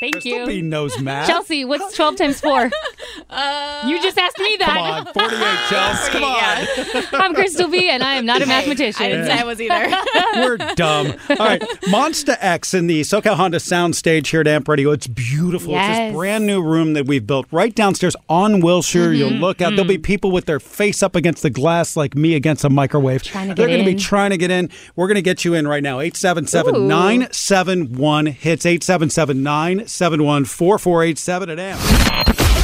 Speaker 2: Thank
Speaker 4: Crystal B
Speaker 2: you.
Speaker 4: knows math.
Speaker 2: Uh, Chelsea, what's twelve times four? you just asked me that.
Speaker 4: Come on.
Speaker 11: 48, Kels. Come on.
Speaker 2: I'm Crystal B, and I am not a mathematician.
Speaker 5: I didn't say I was either.
Speaker 4: We're dumb. All right, Monster X in the SoCal Honda soundstage here at Amp Radio. It's beautiful. It's
Speaker 11: Yes.
Speaker 4: this brand new room that we've built right downstairs on Wilshire. You'll
Speaker 11: Mhm.
Speaker 4: look out. There'll be people with their face up against the glass, like me against a microwave.
Speaker 11: to
Speaker 4: They're
Speaker 11: get
Speaker 4: gonna
Speaker 11: in.
Speaker 4: be trying to get in. We're going to get you in right now. 877 971 hits 877 971 4487 at Amp.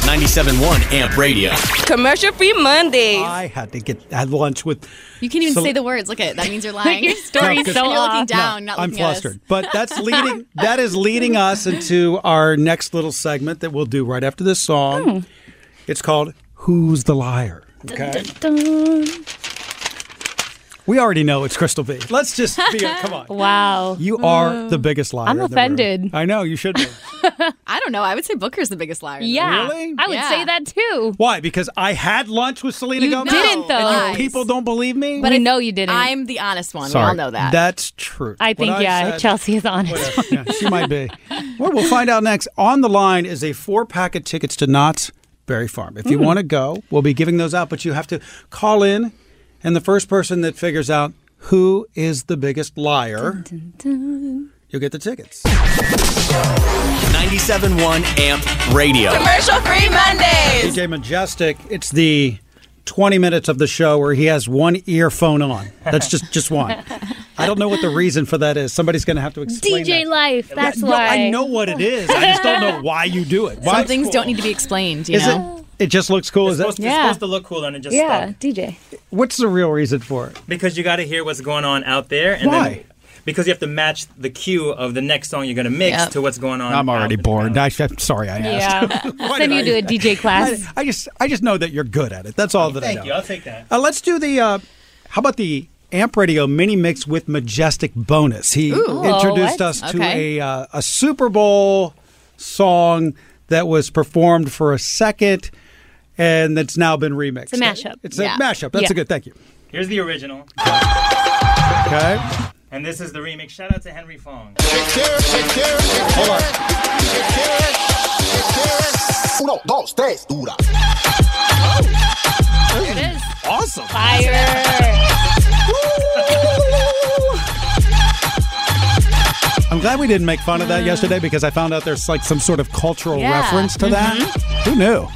Speaker 8: 97.1 Amp Radio.
Speaker 3: Commercial free Mondays.
Speaker 4: I had to get had lunch with.
Speaker 5: You can't even
Speaker 4: So-
Speaker 5: say the words. Look at it. That means you're lying.
Speaker 2: Your story's
Speaker 5: You're
Speaker 2: so
Speaker 5: looking
Speaker 2: off.
Speaker 5: down,
Speaker 4: No,
Speaker 5: not
Speaker 4: I'm
Speaker 5: looking at us.
Speaker 4: flustered. But that's leading that is leading us into our next little segment that we'll do right after this song. It's called Who's the Liar? Okay. We already know it's Crystal B. Let's just be come on.
Speaker 2: Wow.
Speaker 4: You are the biggest liar.
Speaker 2: I'm
Speaker 4: in the room.
Speaker 2: offended.
Speaker 4: I know you should be.
Speaker 5: I don't know. I would say Booker's the biggest liar. though.
Speaker 2: Yeah. I would
Speaker 5: Yeah.
Speaker 2: say that too.
Speaker 4: Why? Because I had lunch with Selena
Speaker 2: You
Speaker 4: Gomez.
Speaker 2: didn't, though.
Speaker 4: and
Speaker 2: Lies.
Speaker 4: you people don't believe me.
Speaker 2: But we know you didn't.
Speaker 5: I'm the honest one.
Speaker 4: Sorry.
Speaker 5: We all know that.
Speaker 4: That's true.
Speaker 2: I
Speaker 4: What
Speaker 2: think, yeah,
Speaker 4: said-
Speaker 2: Chelsea is honest.
Speaker 4: Yeah, she might be. Well, we'll find out next. On the line is a four pack of tickets to Knott's Berry Farm. If you
Speaker 11: Mm.
Speaker 4: want to go, we'll be giving those out, but you have to call in, and the first person that figures out who is the biggest liar, you'll get the tickets.
Speaker 8: 97.1 Amp Radio.
Speaker 3: Commercial free Mondays.
Speaker 4: DJ Majestic, it's the 20 minutes of the show where he has one earphone on. That's just just one. I don't know what the reason for that is. Somebody's going to have to explain.
Speaker 2: DJ Life. That's
Speaker 4: no,
Speaker 2: why.
Speaker 4: I know what it is. I just don't know why you do it. Why?
Speaker 5: Some things don't need to be explained, you
Speaker 4: Is
Speaker 5: know?
Speaker 4: it? It just looks cool. Is that?
Speaker 12: supposed, it's supposed to look cool and it just
Speaker 2: yeah,
Speaker 12: stopped.
Speaker 2: DJ.
Speaker 4: What's the real reason for it?
Speaker 12: because you got to hear what's going on out there. And
Speaker 4: Why?
Speaker 12: Then, because you have to match the cue of the next song you're going to mix
Speaker 4: Yep.
Speaker 12: to what's going on.
Speaker 4: I'm already bored. I, am sorry I asked. Why
Speaker 2: Send
Speaker 4: did
Speaker 2: you
Speaker 4: I-
Speaker 2: to a DJ class.
Speaker 4: I, I just I just know that you're good at it. That's all that I
Speaker 12: Thank
Speaker 4: know.
Speaker 12: you. I'll take that.
Speaker 4: Uh, let's do the. Uh, how about the Amp Radio mini mix with Majestic bonus? He
Speaker 11: Ooh.
Speaker 12: Oh,
Speaker 4: introduced
Speaker 11: What?
Speaker 4: us to
Speaker 11: Okay.
Speaker 4: a uh, a Super Bowl song that was performed for a second, and that's now been
Speaker 12: It's
Speaker 4: remixed.
Speaker 12: a mashup.
Speaker 4: It's
Speaker 12: Yeah.
Speaker 4: a mashup. That's
Speaker 12: Yeah.
Speaker 4: a good. Thank you.
Speaker 12: Here's the original,
Speaker 4: Okay.
Speaker 12: and this is the remix. Shout out to Henry Fong.
Speaker 10: Uno, dos, tres, dura.
Speaker 2: it is.
Speaker 4: Awesome. I'm glad we didn't make fun of that yesterday because I found out there's like some sort of cultural
Speaker 11: Yeah.
Speaker 4: reference to that. Who knew?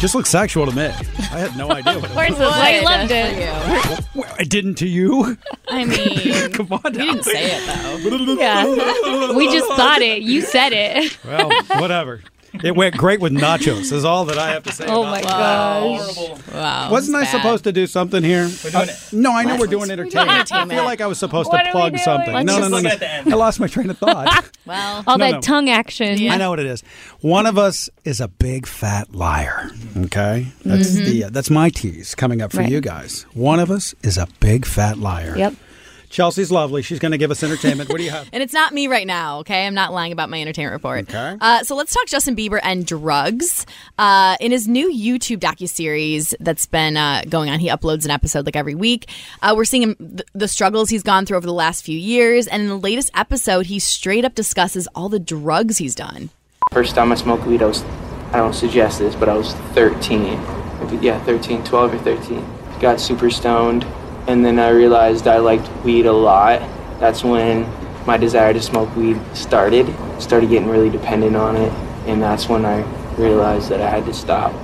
Speaker 4: Just looks sexual to me. I had no idea what it was.
Speaker 2: Where's the why you loved it?
Speaker 4: I didn't to you.
Speaker 5: I mean,
Speaker 4: come on. You
Speaker 5: didn't say it though.
Speaker 2: Yeah. We just thought it. You said it.
Speaker 4: Well, whatever. It went great with nachos. Is all that I have to say.
Speaker 2: Oh
Speaker 4: about
Speaker 2: my
Speaker 4: it.
Speaker 2: gosh.
Speaker 5: Wow.
Speaker 4: Wasn't I supposed to do something here? Uh, no, I know we're doing entertainment. I feel like I was supposed
Speaker 2: What are
Speaker 4: to
Speaker 2: we
Speaker 4: plug
Speaker 2: doing?
Speaker 4: something.
Speaker 2: Let's
Speaker 4: no,
Speaker 2: just
Speaker 4: no,
Speaker 2: look
Speaker 4: no,
Speaker 2: at the
Speaker 4: no. I lost my train of thought.
Speaker 5: well,
Speaker 2: all
Speaker 4: No,
Speaker 2: that
Speaker 4: no.
Speaker 2: tongue action.
Speaker 4: I know what it is. One of us is a big fat liar. Okay, that's
Speaker 2: Mhm.
Speaker 4: the uh, that's my tease coming up for
Speaker 2: Right.
Speaker 4: you guys. One of us is a big fat liar.
Speaker 2: Yep.
Speaker 4: Chelsea's lovely. She's going to give us entertainment. What do you have?
Speaker 5: And it's not me right now, okay? I'm not lying about my entertainment report.
Speaker 4: Okay.
Speaker 5: Uh, so let's talk Justin Bieber and drugs. Uh, in his new YouTube docuseries that's been uh, going on, he uploads an episode like every week. Uh, we're seeing him th- the struggles he's gone through over the last few years. And in the latest episode, he straight up discusses all the drugs he's done.
Speaker 13: First time I smoked weed, I was, I don't suggest this, but I was 13. Yeah, 13, 12 or 13. Got super stoned, and then I realized I liked weed a lot. That's when my desire to smoke weed started. Started getting really dependent on it, and that's when I realized that I had to stop.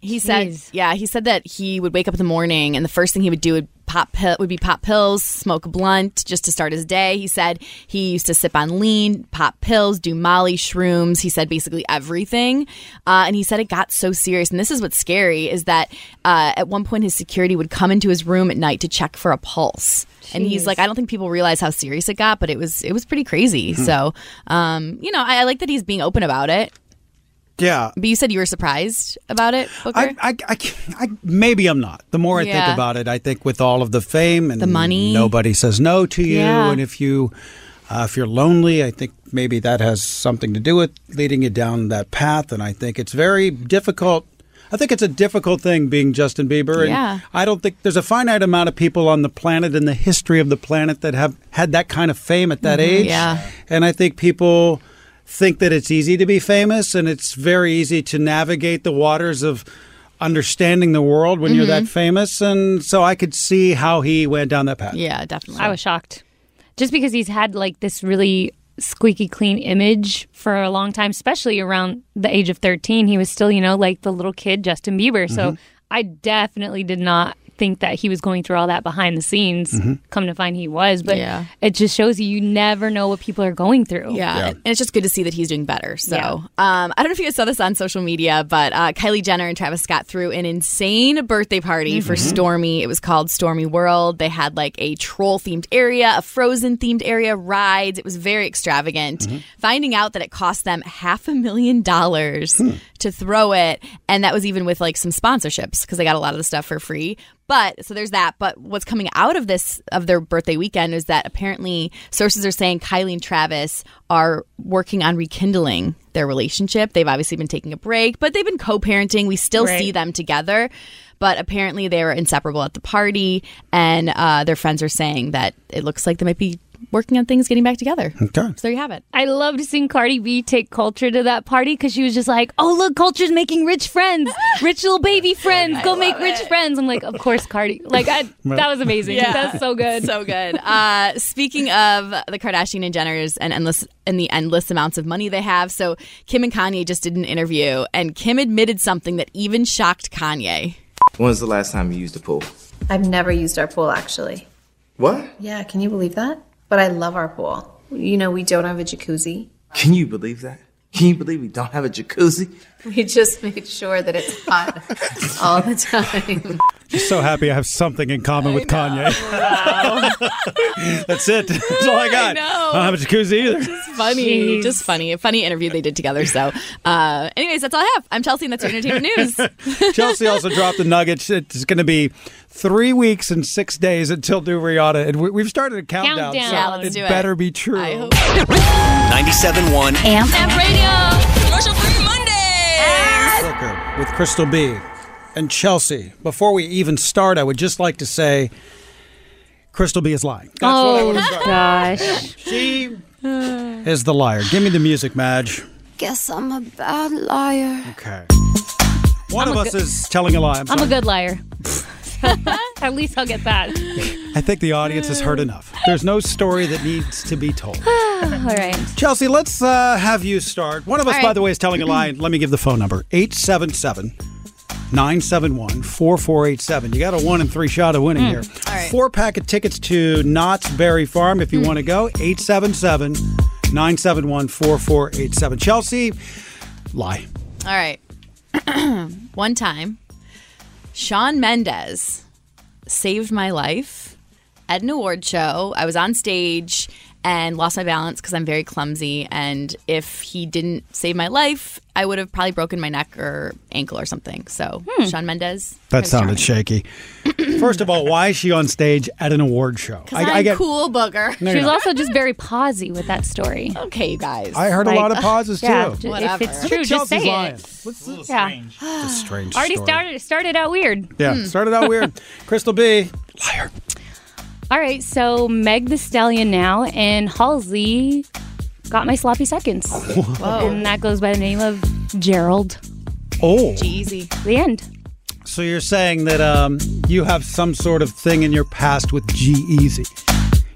Speaker 5: He said, yeah, he said that he would wake up in the morning and the first thing he would do would pop pill would be pop pills, smoke a blunt just to start his day. He said he used to sip on lean, pop pills, do Molly, shrooms. He said basically everything, uh, and he said it got so serious. And this is what's scary is that uh, at one point his security would come into his room at night to check for a pulse. And he's
Speaker 2: Jeez.
Speaker 5: like, I don't think people realize how serious it got, but it was it was pretty crazy.
Speaker 4: Hmm.
Speaker 5: So, um, you know, I, I like that he's being open about it.
Speaker 4: Yeah.
Speaker 5: But you said you were surprised about it, Booker.
Speaker 4: I, I, I, I, maybe I'm not. The more I
Speaker 5: Yeah.
Speaker 4: think about it, I think with all of the fame and
Speaker 5: The money.
Speaker 4: nobody says no to you.
Speaker 5: Yeah.
Speaker 4: And if you, uh, if you're lonely, I think maybe that has something to do with leading you down that path. And I think it's very difficult. I think it's a difficult thing being Justin Bieber. And
Speaker 11: Yeah.
Speaker 4: I don't think there's a finite amount of people on the planet in the history of the planet that have had that kind of fame at that
Speaker 11: Mhm.
Speaker 5: Mm-hmm.
Speaker 4: age.
Speaker 11: Yeah.
Speaker 4: And I think people think that it's easy to be famous and it's very easy to navigate the waters of understanding the world when you're
Speaker 2: Mhm.
Speaker 4: that
Speaker 5: Mm-hmm.
Speaker 4: famous. And so I could see how he went down that path.
Speaker 5: Yeah, definitely.
Speaker 2: I was shocked. Just because he's had like this really squeaky clean image for a long time, especially around the age of 13. He was still, you know, like the little kid Justin Bieber. So
Speaker 4: Mhm.
Speaker 2: I definitely did not think that he was going through all that behind the scenes.
Speaker 5: Mhm.
Speaker 2: Come to find he was. But
Speaker 5: Yeah.
Speaker 2: it just shows you, you never know what people are going through.
Speaker 5: Yeah. And it's just good to see that he's doing better. So,
Speaker 2: Yeah.
Speaker 5: um, I don't know if you guys saw this on social media, but uh, Kylie Jenner and Travis Scott threw an insane birthday party for
Speaker 2: Mhm.
Speaker 5: Stormy. It was called Stormy World. They had like a troll themed area, a frozen themed area, rides. It was very extravagant. Finding out that it cost them half a million dollars to throw it. And that was even with like some sponsorships because they got a lot of the stuff for free. But so there's that. But what's coming out of this of their birthday weekend is that apparently sources are saying Kylie and Travis are working on rekindling their relationship. They've obviously been taking a break, but they've been co-parenting. We still
Speaker 2: Right.
Speaker 5: see them together, but apparently they were inseparable at the party, and uh, their friends are saying that it looks like they might be working on things getting back together.
Speaker 4: Okay.
Speaker 5: So there you have it.
Speaker 2: I loved seeing Cardi B take Culture to that party because she was just like, "Oh look, Culture's making rich friends, rich little baby friends. Go make rich friends." I'm like, "Of course, Cardi." Like I, that was amazing.
Speaker 5: Yeah.
Speaker 2: That's so good.
Speaker 5: So good. Uh, speaking of the Kardashian and Jenners and endless and the endless amounts of money they have, so Kim and Kanye just did an interview, and Kim admitted something that even shocked Kanye.
Speaker 14: When was the last time you used a pool?
Speaker 15: I've never used our pool actually.
Speaker 14: What?
Speaker 15: Yeah, can you believe that? But I love our pool. You know, we don't have a jacuzzi.
Speaker 14: Can you believe that? Can you believe we don't have a jacuzzi?
Speaker 15: We just make sure that it's hot all the time.
Speaker 4: Just so happy I have something in common with Kanye. That's it. That's all I got.
Speaker 5: know.
Speaker 4: don't have a jacuzzi either.
Speaker 5: It's funny,
Speaker 4: Jeez.
Speaker 5: just funny, a funny interview they did together. So, uh, anyways, that's all I have. I'm Chelsea, and that's your entertainment news.
Speaker 4: Chelsea also dropped the nuggets. It's going to be three weeks and six days until new Rihanna. And we, we've started a countdown.
Speaker 5: Countdown.
Speaker 4: so
Speaker 5: Yeah, let's
Speaker 4: it
Speaker 5: do it.
Speaker 4: better be true.
Speaker 8: 97.1
Speaker 4: Amp.
Speaker 3: Radio. Commercial free Mondays.
Speaker 4: Booker with Crystal B and Chelsea. Before we even start, I would just like to say Crystal B is lying. That's what I
Speaker 2: oh
Speaker 4: would
Speaker 5: Ah.
Speaker 2: gosh,
Speaker 4: she is the liar. Give me the music, Madge.
Speaker 16: Guess I'm a bad liar.
Speaker 4: Okay. One
Speaker 2: I'm
Speaker 4: of
Speaker 2: a
Speaker 4: us
Speaker 2: good-
Speaker 4: is telling a lie. I'm,
Speaker 2: I'm a
Speaker 4: sorry.
Speaker 2: good liar. At least I'll get that.
Speaker 4: I think the audience has heard enough. There's no story that needs to be told.
Speaker 2: All right.
Speaker 4: Chelsea, let's uh, have you start. One of us,
Speaker 2: All
Speaker 4: by
Speaker 2: right.
Speaker 4: the way, is telling a lie. And Let me give the phone number 877 971 4487. You got a one in three shot of
Speaker 2: Hmm.
Speaker 4: winning here. Four pack of tickets to Knott's Berry Farm
Speaker 2: Hmm.
Speaker 4: if you want to go. 877 971 4487. Chelsea, lie.
Speaker 5: All right. One time, Sean Mendez saved my life at an award show. I was on stage and lost my balance because I'm very clumsy. And if he didn't save my life, I would have probably broken my neck or ankle or something. So,
Speaker 4: Hmm.
Speaker 5: Sean Mendez.
Speaker 4: That sounded shaky. First of all, why is she on stage at an award show?
Speaker 5: Because I'm cool, booger.
Speaker 4: No,
Speaker 2: she
Speaker 4: you're
Speaker 2: was
Speaker 4: not.
Speaker 2: also just very posy with that story.
Speaker 5: Okay, you guys.
Speaker 4: I heard a lot of pauses,
Speaker 2: yeah,
Speaker 4: too.
Speaker 2: ju- If
Speaker 5: Whatever. I
Speaker 2: it's
Speaker 5: think
Speaker 2: true, just say
Speaker 4: Chelsea's
Speaker 2: it.
Speaker 4: lying.
Speaker 2: yeah.
Speaker 4: It's a strange
Speaker 2: Already
Speaker 4: story.
Speaker 2: started started out weird.
Speaker 4: Yeah,
Speaker 2: Hmm.
Speaker 4: started out weird. Crystal B, liar.
Speaker 2: All right, so Meg the Stallion now and Halsey got my sloppy seconds.
Speaker 4: Whoa.
Speaker 2: And that goes by the name of Gerald.
Speaker 4: Oh.
Speaker 5: Jeezy.
Speaker 2: The end.
Speaker 4: So you're saying that um, you have some sort of thing in your past with G Easy.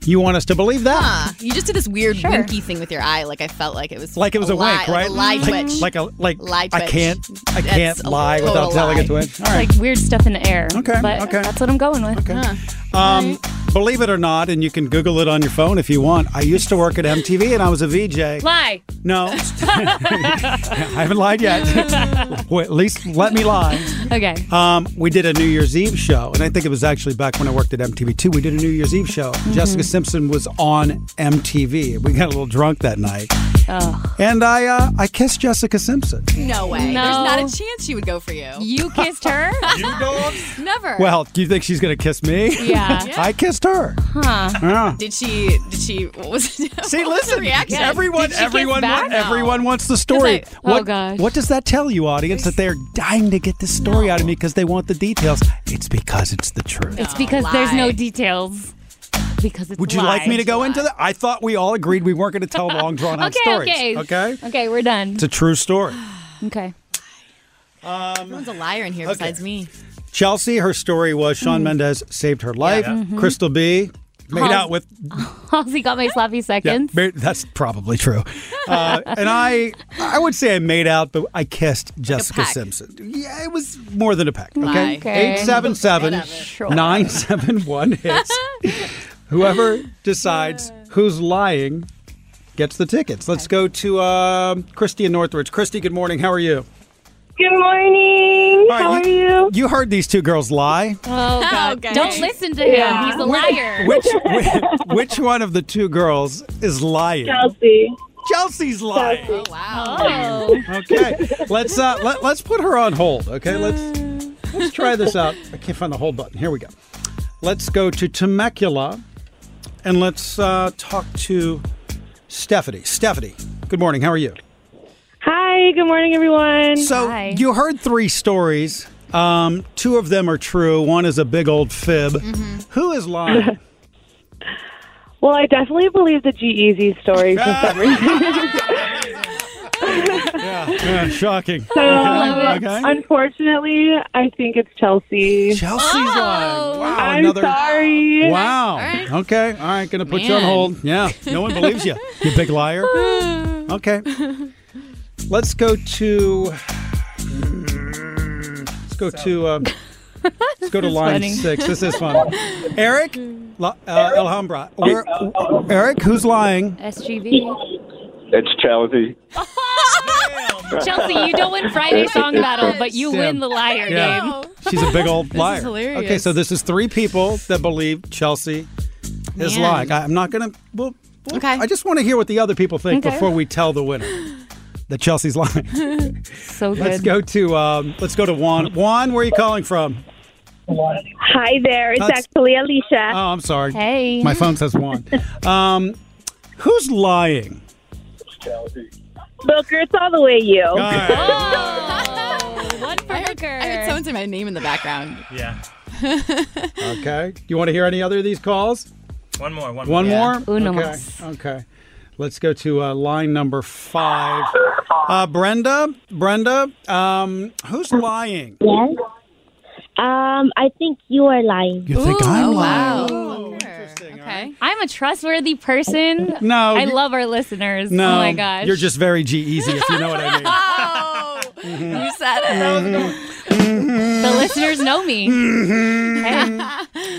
Speaker 4: You want us to believe that?
Speaker 5: Huh. Uh, You just did this weird winky thing with your eye. Like I felt like it was
Speaker 4: Like it was a,
Speaker 5: lie,
Speaker 4: wink,
Speaker 5: like
Speaker 4: right?
Speaker 5: A lie
Speaker 4: like,
Speaker 5: twitch.
Speaker 4: like a like
Speaker 5: Lie
Speaker 4: I
Speaker 5: twitch.
Speaker 4: can't I
Speaker 5: That's
Speaker 4: can't
Speaker 5: a
Speaker 4: lie without
Speaker 5: total
Speaker 4: telling a
Speaker 5: lie.
Speaker 4: twitch. All right.
Speaker 2: Like weird stuff in the air.
Speaker 4: Okay,
Speaker 2: But
Speaker 4: okay.
Speaker 2: that's what I'm going with.
Speaker 4: Um, believe it or not, and you can Google it on your phone if you want. I used to work at MTV and I was a VJ.
Speaker 2: Lie.
Speaker 4: No, I haven't lied yet. Wait, at least let me lie.
Speaker 2: Okay.
Speaker 4: Um, we did a New Year's Eve show, and I think it was actually back when I worked at MTV2. We did a New Year's Eve show.
Speaker 5: Mm-hmm.
Speaker 4: Jessica Simpson was on MTV. We got a little drunk that night,
Speaker 2: Oh.
Speaker 4: and I uh, I kissed Jessica Simpson.
Speaker 5: No way.
Speaker 2: No.
Speaker 5: There's not a chance she would go for you.
Speaker 2: You kissed her?
Speaker 5: you Never.
Speaker 4: Well, do you think she's gonna kiss me?
Speaker 5: Yeah.
Speaker 4: I kissed her.
Speaker 2: Huh.
Speaker 4: Yeah.
Speaker 5: Did she? Did she? What was?
Speaker 4: See,
Speaker 5: what was
Speaker 4: listen,
Speaker 5: The reaction?
Speaker 4: everyone, everyone, wa- everyone wants the story.
Speaker 5: It's like, oh,
Speaker 4: what,
Speaker 5: gosh.
Speaker 4: what does that tell you, audience? That they're dying to get this story out of me because they want the details. It's because it's the truth.
Speaker 2: It's because there's no details. Because it's
Speaker 4: Would you like me to go into that? I thought we all agreed we weren't going to tell long, drawn out
Speaker 2: Okay,
Speaker 4: stories.
Speaker 2: okay.
Speaker 4: Okay.
Speaker 2: Okay, we're done.
Speaker 4: It's a true story.
Speaker 2: Okay.
Speaker 5: Everyone's a liar in here besides me.
Speaker 4: Chelsea, her story was Sean
Speaker 5: Mm.
Speaker 4: Mendez saved her life.
Speaker 2: Hmm. Yeah. Mhm.
Speaker 4: Crystal B made
Speaker 2: Halsey-
Speaker 4: out with.
Speaker 2: Halsey got my sloppy
Speaker 4: Yeah,
Speaker 2: seconds.
Speaker 4: ma- that's probably true. Uh, and I, I would say I made out, but I kissed Jessica
Speaker 11: pack.
Speaker 4: Simpson. Yeah, it was more than a pack. Okay,
Speaker 11: Okay.
Speaker 4: eight seven seven nine seven one hits. Whoever decides who's lying gets the tickets. Let's go to um, Christy in Northridge. Christy, good morning. How are you?
Speaker 17: Good morning.
Speaker 4: All right,
Speaker 17: How are you?
Speaker 4: You heard these two girls lie.
Speaker 2: Oh, God. Don't listen to him.
Speaker 17: Yeah.
Speaker 2: He's a liar.
Speaker 4: Which which, which one of the two girls is lying?
Speaker 17: Chelsea.
Speaker 4: Chelsea's lying.
Speaker 17: Oh,
Speaker 2: wow.
Speaker 4: Okay, let's uh, let, let's put her on hold. Okay, let's let's try this out. I can't find the hold button. Here we go. Let's go to Temecula, and let's uh, talk to Stephanie. Stephanie, good morning. How are you?
Speaker 17: Hi. Good morning, everyone.
Speaker 4: So you heard three stories. Um, two of them are true. One is a big old fib. Who is lying?
Speaker 17: Well, I definitely believe the G Easy story for some reason.
Speaker 4: Yeah, shocking.
Speaker 17: So,
Speaker 4: Okay, okay.
Speaker 17: unfortunately, I think it's Chelsea.
Speaker 4: Chelsea's lying. Wow,
Speaker 17: I'm
Speaker 4: another-
Speaker 17: sorry.
Speaker 4: Wow. Okay. All right. Going to put you on
Speaker 17: Man.
Speaker 4: hold. Yeah. No one believes you. You big liar. Okay. Let's go to. Let's go to. Uh, let's go to
Speaker 11: This is
Speaker 4: line
Speaker 11: funny.
Speaker 4: six. This is fun. Eric, La- uh, Alhambra. Where- Eric, who's lying?
Speaker 2: SGB.
Speaker 18: It's Chelsea.
Speaker 2: Chelsea, you don't win Friday song battle, but you
Speaker 4: Damn.
Speaker 2: win the liar
Speaker 4: Yeah.
Speaker 2: game.
Speaker 4: She's a big old
Speaker 2: This is
Speaker 4: liar.
Speaker 2: hilarious.
Speaker 4: Okay, so this is three people that believe Chelsea is
Speaker 2: Man.
Speaker 4: lying. I, am not going to. Well, okay. I just want to hear what the other people think
Speaker 2: Okay.
Speaker 4: before we tell the winner that Chelsea's lying.
Speaker 2: so good.
Speaker 4: Let's go to um, let's go to Juan. Juan, where are you calling from?
Speaker 17: Hi there. It's
Speaker 4: That's-
Speaker 17: actually Alicia. Oh,
Speaker 4: I'm sorry.
Speaker 2: Hey.
Speaker 4: My phone says Juan. Um, who's lying?
Speaker 17: Booker, it's all the way you.
Speaker 5: One for I heard, I heard someone say my name in the background.
Speaker 12: Yeah.
Speaker 4: Okay. Do you want to hear any other of these calls?
Speaker 12: One more. One,
Speaker 4: One
Speaker 12: more.
Speaker 4: more. okay. Okay. Let's go to uh, line number five. Uh, Brenda, Brenda, um, who's lying?
Speaker 6: Yes. Um, I think you are lying.
Speaker 4: You think I'm
Speaker 2: oh,
Speaker 4: lying?
Speaker 2: Okay. I'm a trustworthy person.
Speaker 4: No,
Speaker 2: I
Speaker 4: you-
Speaker 2: love our listeners.
Speaker 4: No,
Speaker 2: Oh my gosh.
Speaker 4: you're just very G easy if you know what I mean.
Speaker 5: Oh. You said it.
Speaker 2: The listeners know me. Hey.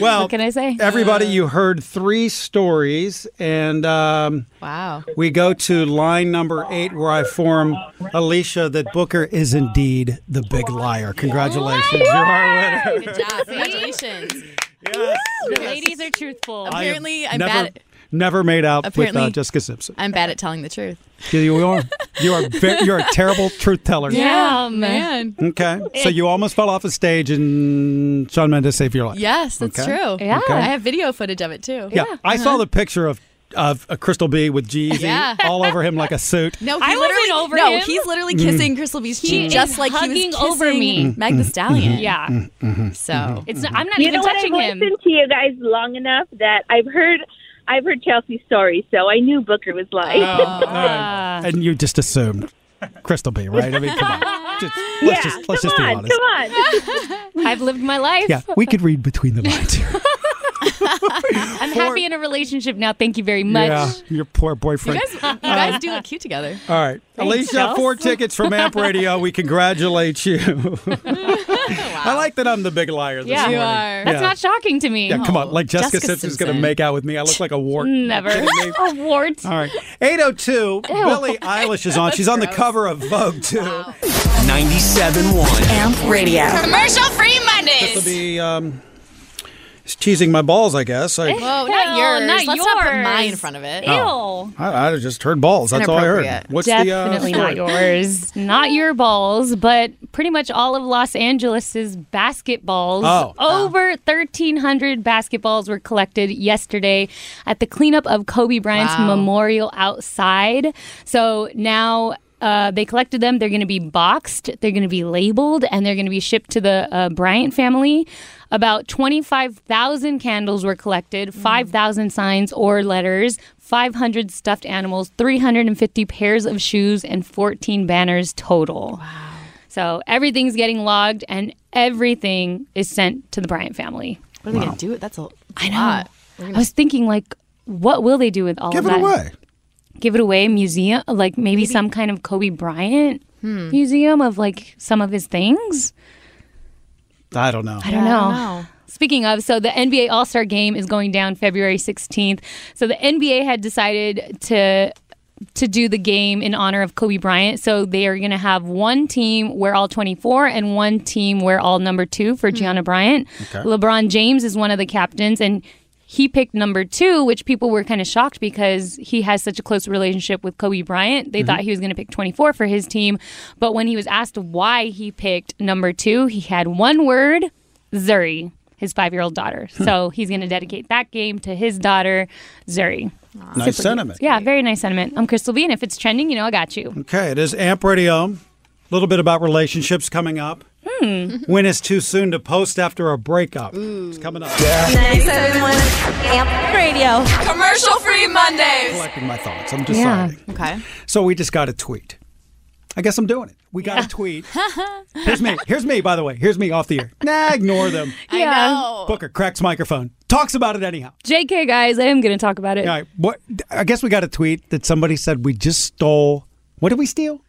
Speaker 4: Well,
Speaker 2: what can I say?
Speaker 4: Everybody, you heard three stories, and um,
Speaker 5: wow,
Speaker 4: we go to line number eight, where I form Alicia that Booker is indeed the big liar. Congratulations, you are our winner.
Speaker 5: Good job. Congratulations.
Speaker 2: The ladies are truthful.
Speaker 4: I have
Speaker 5: Apparently, I'm
Speaker 4: never,
Speaker 5: bad. At,
Speaker 4: Never made out with uh,
Speaker 5: Apparently-
Speaker 4: Jessica Simpson.
Speaker 5: I'm bad at telling the truth.
Speaker 4: You are, you are, ve- you're a terrible truth teller.
Speaker 5: Yeah, man.
Speaker 4: Okay, so you almost fell off a stage, and Sean Mendes saved your life.
Speaker 5: Yes, that's
Speaker 4: Okay.
Speaker 5: true.
Speaker 4: Yeah. Okay.
Speaker 5: I have video footage of it too.
Speaker 4: Yeah, I saw the picture of of a Crystal B with Jeezy
Speaker 5: Yeah.
Speaker 4: all over him like a suit.
Speaker 5: No, he
Speaker 2: I wasn't
Speaker 5: literally,
Speaker 2: over
Speaker 5: no,
Speaker 2: him.
Speaker 5: he's literally
Speaker 4: Mm.
Speaker 5: kissing Crystal B's
Speaker 2: He
Speaker 5: cheek
Speaker 2: is
Speaker 5: just like he was
Speaker 2: hugging
Speaker 5: kissing
Speaker 2: over me.
Speaker 5: Meg
Speaker 4: Mm-hmm.
Speaker 5: the Stallion. Yeah.
Speaker 4: Mm.
Speaker 5: So
Speaker 2: it's not, I'm not
Speaker 17: you
Speaker 2: even
Speaker 17: know what?
Speaker 2: touching
Speaker 17: I've
Speaker 2: him.
Speaker 17: listened to you guys long enough that I've heard I've heard Chelsea's story, so I knew Booker was lying.
Speaker 4: Oh, and you just assumed Crystal B, right? I mean, come on. Just, let's
Speaker 17: yeah,
Speaker 4: just let's
Speaker 17: come
Speaker 4: just be
Speaker 17: on,
Speaker 4: honest.
Speaker 17: come
Speaker 2: on. I've lived my life.
Speaker 4: Yeah, we could read between the lines.
Speaker 2: I'm happy in a relationship now. Thank you very much.
Speaker 4: Yeah, your poor boyfriend.
Speaker 2: you
Speaker 5: guys do look cute together.
Speaker 4: All right,
Speaker 5: Thanks,
Speaker 4: Alicia,
Speaker 5: Chels.
Speaker 4: four tickets from Amp Radio. We congratulate you. I like that I'm the big liar. This
Speaker 2: Yeah,
Speaker 4: morning.
Speaker 2: That's
Speaker 4: Yeah.
Speaker 2: not shocking to me.
Speaker 4: Yeah, come on. Like Jessica,
Speaker 2: Jessica
Speaker 4: Simpson's going to
Speaker 2: Simpson.
Speaker 4: make out with me. I look like a wart.
Speaker 2: Never.
Speaker 4: Kidding me?
Speaker 2: a wart.
Speaker 4: All right. 802,
Speaker 2: Ew.
Speaker 4: Billie Eilish is on. She's on the cover of Vogue, too.
Speaker 8: 97.1
Speaker 4: Amp Radio.
Speaker 3: Commercial free
Speaker 4: This will
Speaker 3: Mondays.
Speaker 4: be, um, it's cheesing my balls, I guess. I,
Speaker 5: Whoa, not
Speaker 2: Well,
Speaker 5: yours.
Speaker 2: not
Speaker 5: Let's not put mine in
Speaker 2: yours.
Speaker 5: front of it.
Speaker 4: Oh. I, I just heard balls. That's all I heard.
Speaker 2: Inappropriate.
Speaker 4: What's
Speaker 2: Definitely
Speaker 4: the, uh,
Speaker 2: not yours. Not your balls, but pretty much all of Los Angeles's basketballs.
Speaker 4: Oh.
Speaker 2: Over 1,300 basketballs were collected yesterday at the cleanup of Kobe Bryant's
Speaker 5: Wow.
Speaker 2: memorial outside. So now. Uh, they collected them. They're going to be boxed. They're going to be labeled, and they're going to be shipped to the uh, Bryant family. About twenty-five thousand candles were collected, five thousand signs or letters, 500 stuffed animals, 350 pairs of shoes, and 14 banners total. Wow. So everything's getting logged and everything is sent to the Bryant family.
Speaker 5: What are they gonna do? That's a
Speaker 2: I know. I was thinking, like, what will they do with all
Speaker 5: Give
Speaker 2: of
Speaker 5: it
Speaker 2: that?
Speaker 5: away.
Speaker 2: Give it away, museum, like maybe, some kind of Kobe Bryant
Speaker 5: Hmm.
Speaker 2: museum of like some of his things.
Speaker 4: I don't know.
Speaker 2: I don't, know. Speaking of, so the NBA All Star game is going down February 16th. So the NBA had decided to to do the game in honor of Kobe Bryant. So they are going to have one team wear all 24 and one team wear all number 2 for Gianna Bryant.
Speaker 18: Okay.
Speaker 2: LeBron James is one of the captains and he picked number 2, which people were kind of shocked because he has such a close relationship with Kobe Bryant. They
Speaker 18: Mhm.
Speaker 2: thought he was going to pick 24 for his team, but when he was asked why he picked number 2, he had one word, Zuri, his 5-year-old daughter. So he's going to dedicate that game to his daughter, Zuri.
Speaker 4: Nice
Speaker 2: Super cute.
Speaker 4: sentiment.
Speaker 2: Yeah, very nice sentiment. I'm Crystal B, and if it's trending, you know I got you.
Speaker 4: Okay, it is Amp Radio. A little bit about relationships coming up.
Speaker 2: Hmm.
Speaker 4: When is too soon to post after a breakup? It's coming up.
Speaker 3: Amp Radio. Commercial free Mondays.
Speaker 4: Collecting my thoughts. I'm
Speaker 3: Yeah.
Speaker 4: deciding.
Speaker 5: Okay.
Speaker 4: So we just got a tweet. I guess I'm doing it. We got a tweet. Here's me. Here's me, by the way. Here's me off the air. Nah, ignore them.
Speaker 2: Yeah.
Speaker 3: Oh.
Speaker 4: Booker cracks microphone. Talks about it anyhow.
Speaker 2: JK, guys, I am going to talk about it.
Speaker 4: All right. What? I guess we got a tweet that somebody said we just stole. What did we steal?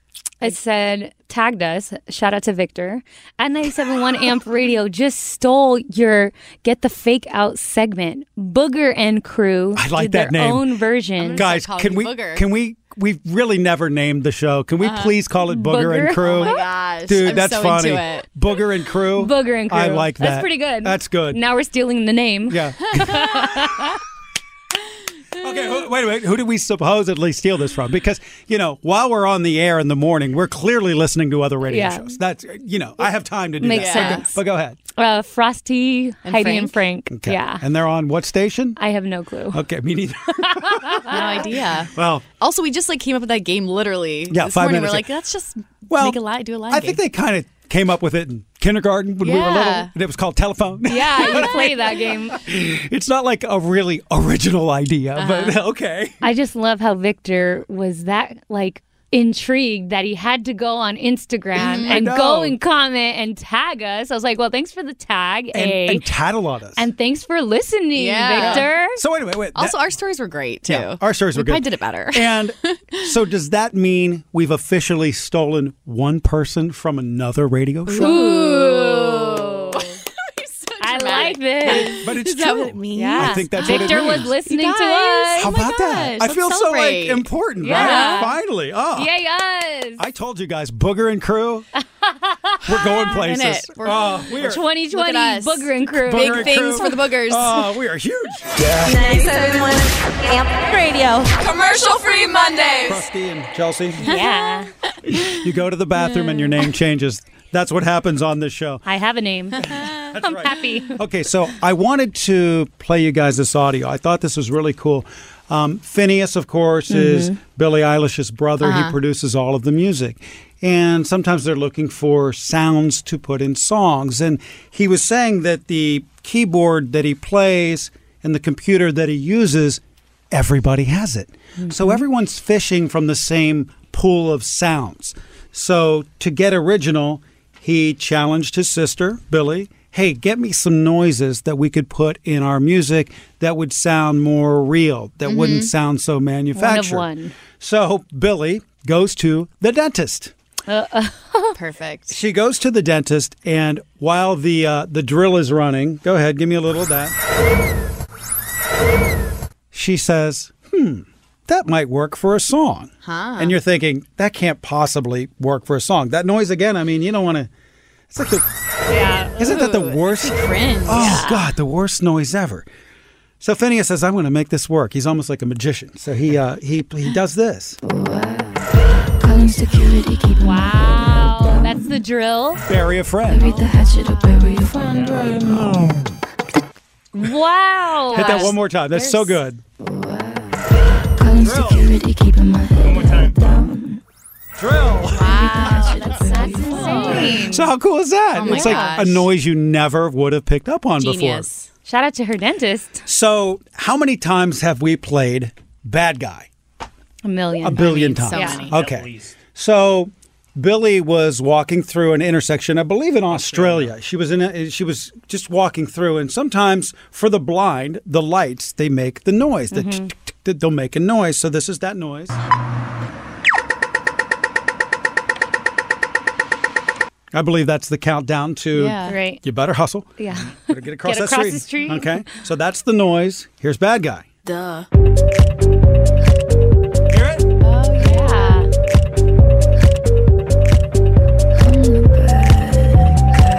Speaker 2: It said, tagged us, shout out to Victor, at 97.1 Amp Radio just stole your Get the Fake Out segment. Booger and crew I
Speaker 4: like
Speaker 2: did
Speaker 4: that
Speaker 2: their
Speaker 4: name.
Speaker 2: own version.
Speaker 4: Guys, can we? Can we? We've really never named the show. Can we
Speaker 2: Uh-huh.
Speaker 4: please call it Booger, and
Speaker 2: Booger?
Speaker 4: Crew?
Speaker 2: Oh my gosh,
Speaker 4: dude,
Speaker 2: I'm
Speaker 4: that's
Speaker 2: so
Speaker 4: funny.
Speaker 2: into it.
Speaker 4: Booger and Crew.
Speaker 2: Booger and crew.
Speaker 4: I like that.
Speaker 2: That's pretty good.
Speaker 4: That's good.
Speaker 2: Now we're stealing the name.
Speaker 4: Yeah. okay. Who, wait a minute. Who did we supposedly steal this from? Because you know, while we're on the air in the morning, we're clearly listening to other radio
Speaker 2: Yeah.
Speaker 4: shows. That's you know, I have time to do
Speaker 2: Makes
Speaker 4: that. But go-
Speaker 2: sense.
Speaker 4: But go ahead.
Speaker 2: Uh, Frosty, Heidi, and Frank.
Speaker 4: Okay.
Speaker 2: Yeah.
Speaker 4: And they're on what station?
Speaker 2: I have no clue.
Speaker 4: Okay, me neither.
Speaker 5: no
Speaker 2: Ah.
Speaker 5: idea.
Speaker 4: Well,
Speaker 5: Also, we just like came up with that game literally.
Speaker 4: Yeah,
Speaker 5: this
Speaker 4: five
Speaker 5: morning.
Speaker 4: minutes
Speaker 5: We're like,
Speaker 4: ago.
Speaker 5: let's just
Speaker 4: Well,
Speaker 5: make a lie, do a lie.
Speaker 4: I think they kind of came up with it in kindergarten when we were
Speaker 5: Yeah.
Speaker 4: little. And it was called telephone.
Speaker 2: Yeah, you play that game.
Speaker 4: it's not like a really original idea, but
Speaker 2: Uh-huh.
Speaker 4: okay.
Speaker 2: I just love how Victor was that like intrigued that he had to go on Instagram
Speaker 4: Mm-hmm. I
Speaker 2: and
Speaker 4: know.
Speaker 2: go and comment and tag us. I was like, well, thanks for the tag,
Speaker 4: And,
Speaker 2: A.
Speaker 4: and tattle on us.
Speaker 2: And thanks for listening,
Speaker 5: Yeah.
Speaker 2: Victor.
Speaker 4: So anyway, wait.
Speaker 5: Also, our stories were great too.
Speaker 4: Yeah, our stories
Speaker 5: we
Speaker 4: were good.
Speaker 5: I did it better.
Speaker 4: And so does that mean we've officially stolen one person from another radio show?
Speaker 2: Ooh. I like this.
Speaker 4: But it's
Speaker 2: Is that
Speaker 4: true.
Speaker 2: what it means?
Speaker 4: I
Speaker 2: Yeah.
Speaker 4: think that's what it
Speaker 2: Victor
Speaker 4: means.
Speaker 2: was "Oh listening to us.
Speaker 4: How about that? I feel so like important,
Speaker 2: Yeah.
Speaker 4: right? Finally. Oh.
Speaker 2: Yeah, yes.
Speaker 4: I told you guys, Booger and Crew, we're going places.
Speaker 2: We're-
Speaker 4: Oh, we are
Speaker 2: 2020
Speaker 5: Look at us.
Speaker 2: Booger and Crew.
Speaker 5: Big things for the boogers.
Speaker 4: Oh, we are huge.
Speaker 3: 971 Amp Radio. Commercial free Mondays.
Speaker 4: Krusty and Chelsea.
Speaker 2: Yeah.
Speaker 4: You go to the bathroom and your name changes. That's what happens on this show.
Speaker 2: I have a name. I'm happy.
Speaker 4: Okay, so I wanted to play you guys this audio. I thought this was really cool. Um, Phineas, of course, is
Speaker 19: Mhm.
Speaker 4: Billie Eilish's brother.
Speaker 19: Uh-huh.
Speaker 4: He produces all of the music. And sometimes they're looking for sounds to put in songs. And he was saying that the keyboard that he plays and the computer that he uses, everybody has it. So everyone's fishing from the same pool of sounds. So to get original, he challenged his sister, Billy, hey, get me some noises that we could put in our music that would sound more real, that wouldn't
Speaker 2: Mhm.
Speaker 4: sound so manufactured.
Speaker 2: one.
Speaker 4: So Billy goes to the dentist.
Speaker 2: Uh, uh,
Speaker 5: Perfect.
Speaker 4: She goes to the dentist, and while the uh, the drill is running, go ahead, give me a little of that. She says, "Hmm, that might work for a song."
Speaker 5: Huh.
Speaker 4: And you're thinking that can't possibly work for a song. That noise again. I mean, you don't want to. It's like the. Yeah. Isn't that the worst? Oh God, the worst noise ever. So Phineas says, "I'm going to make this work." He's almost like a magician. So he uh, he he does this.
Speaker 16: Calling security, keep
Speaker 2: Wow, that's the drill.
Speaker 4: Bury a friend.
Speaker 16: Bury the hatchet or bury your friend right now.
Speaker 2: Wow.
Speaker 4: Hit that one more time. That's so good.
Speaker 16: Calling security, keep my head One more time. down.
Speaker 4: Drill.
Speaker 16: Wow, that's,
Speaker 2: insane.
Speaker 4: So how cool is that?
Speaker 2: Oh my
Speaker 4: it's
Speaker 2: gosh.
Speaker 4: like a noise you never would have picked up on
Speaker 2: Genius. Shout out to her dentist.
Speaker 4: before. So how many times have we played bad guy?
Speaker 2: A million.
Speaker 4: A billion times.
Speaker 2: Yeah.
Speaker 4: Okay. So Billy was walking through an intersection, I believe in Australia. She was in a, she was just walking through and sometimes for the blind, the lights they make the noise. The
Speaker 2: Mm-hmm.
Speaker 11: Mhm.
Speaker 4: tick, tick, tick, they'll make a noise. So this is that noise. I believe that's the countdown to
Speaker 2: Yeah. Right.
Speaker 4: you better hustle.
Speaker 2: Yeah.
Speaker 4: Better get across,
Speaker 2: Get
Speaker 4: that
Speaker 2: across the street.
Speaker 4: Okay. So that's the noise. Here's bad guy.
Speaker 2: Duh.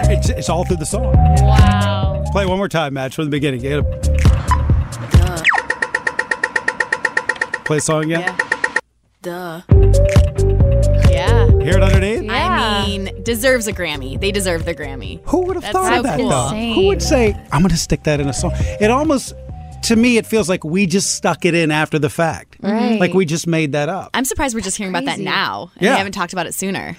Speaker 4: It's, it's all through the song.
Speaker 2: Wow.
Speaker 4: Play it one more time, Match, from the beginning. Get a- Play the song yet?
Speaker 5: Duh.
Speaker 2: Yeah.
Speaker 4: Hear it underneath?
Speaker 5: I mean, deserves a Grammy. They deserve the Grammy.
Speaker 4: Who would have thought of that though? Who would say, I'm going to stick that in a song? It almost, to me, it feels like we just stuck it in after the fact.
Speaker 5: Right.
Speaker 4: Like we just made that up.
Speaker 5: I'm surprised we're just hearing about that
Speaker 4: crazy.
Speaker 5: now. And
Speaker 4: Yeah.
Speaker 5: We haven't talked about it sooner.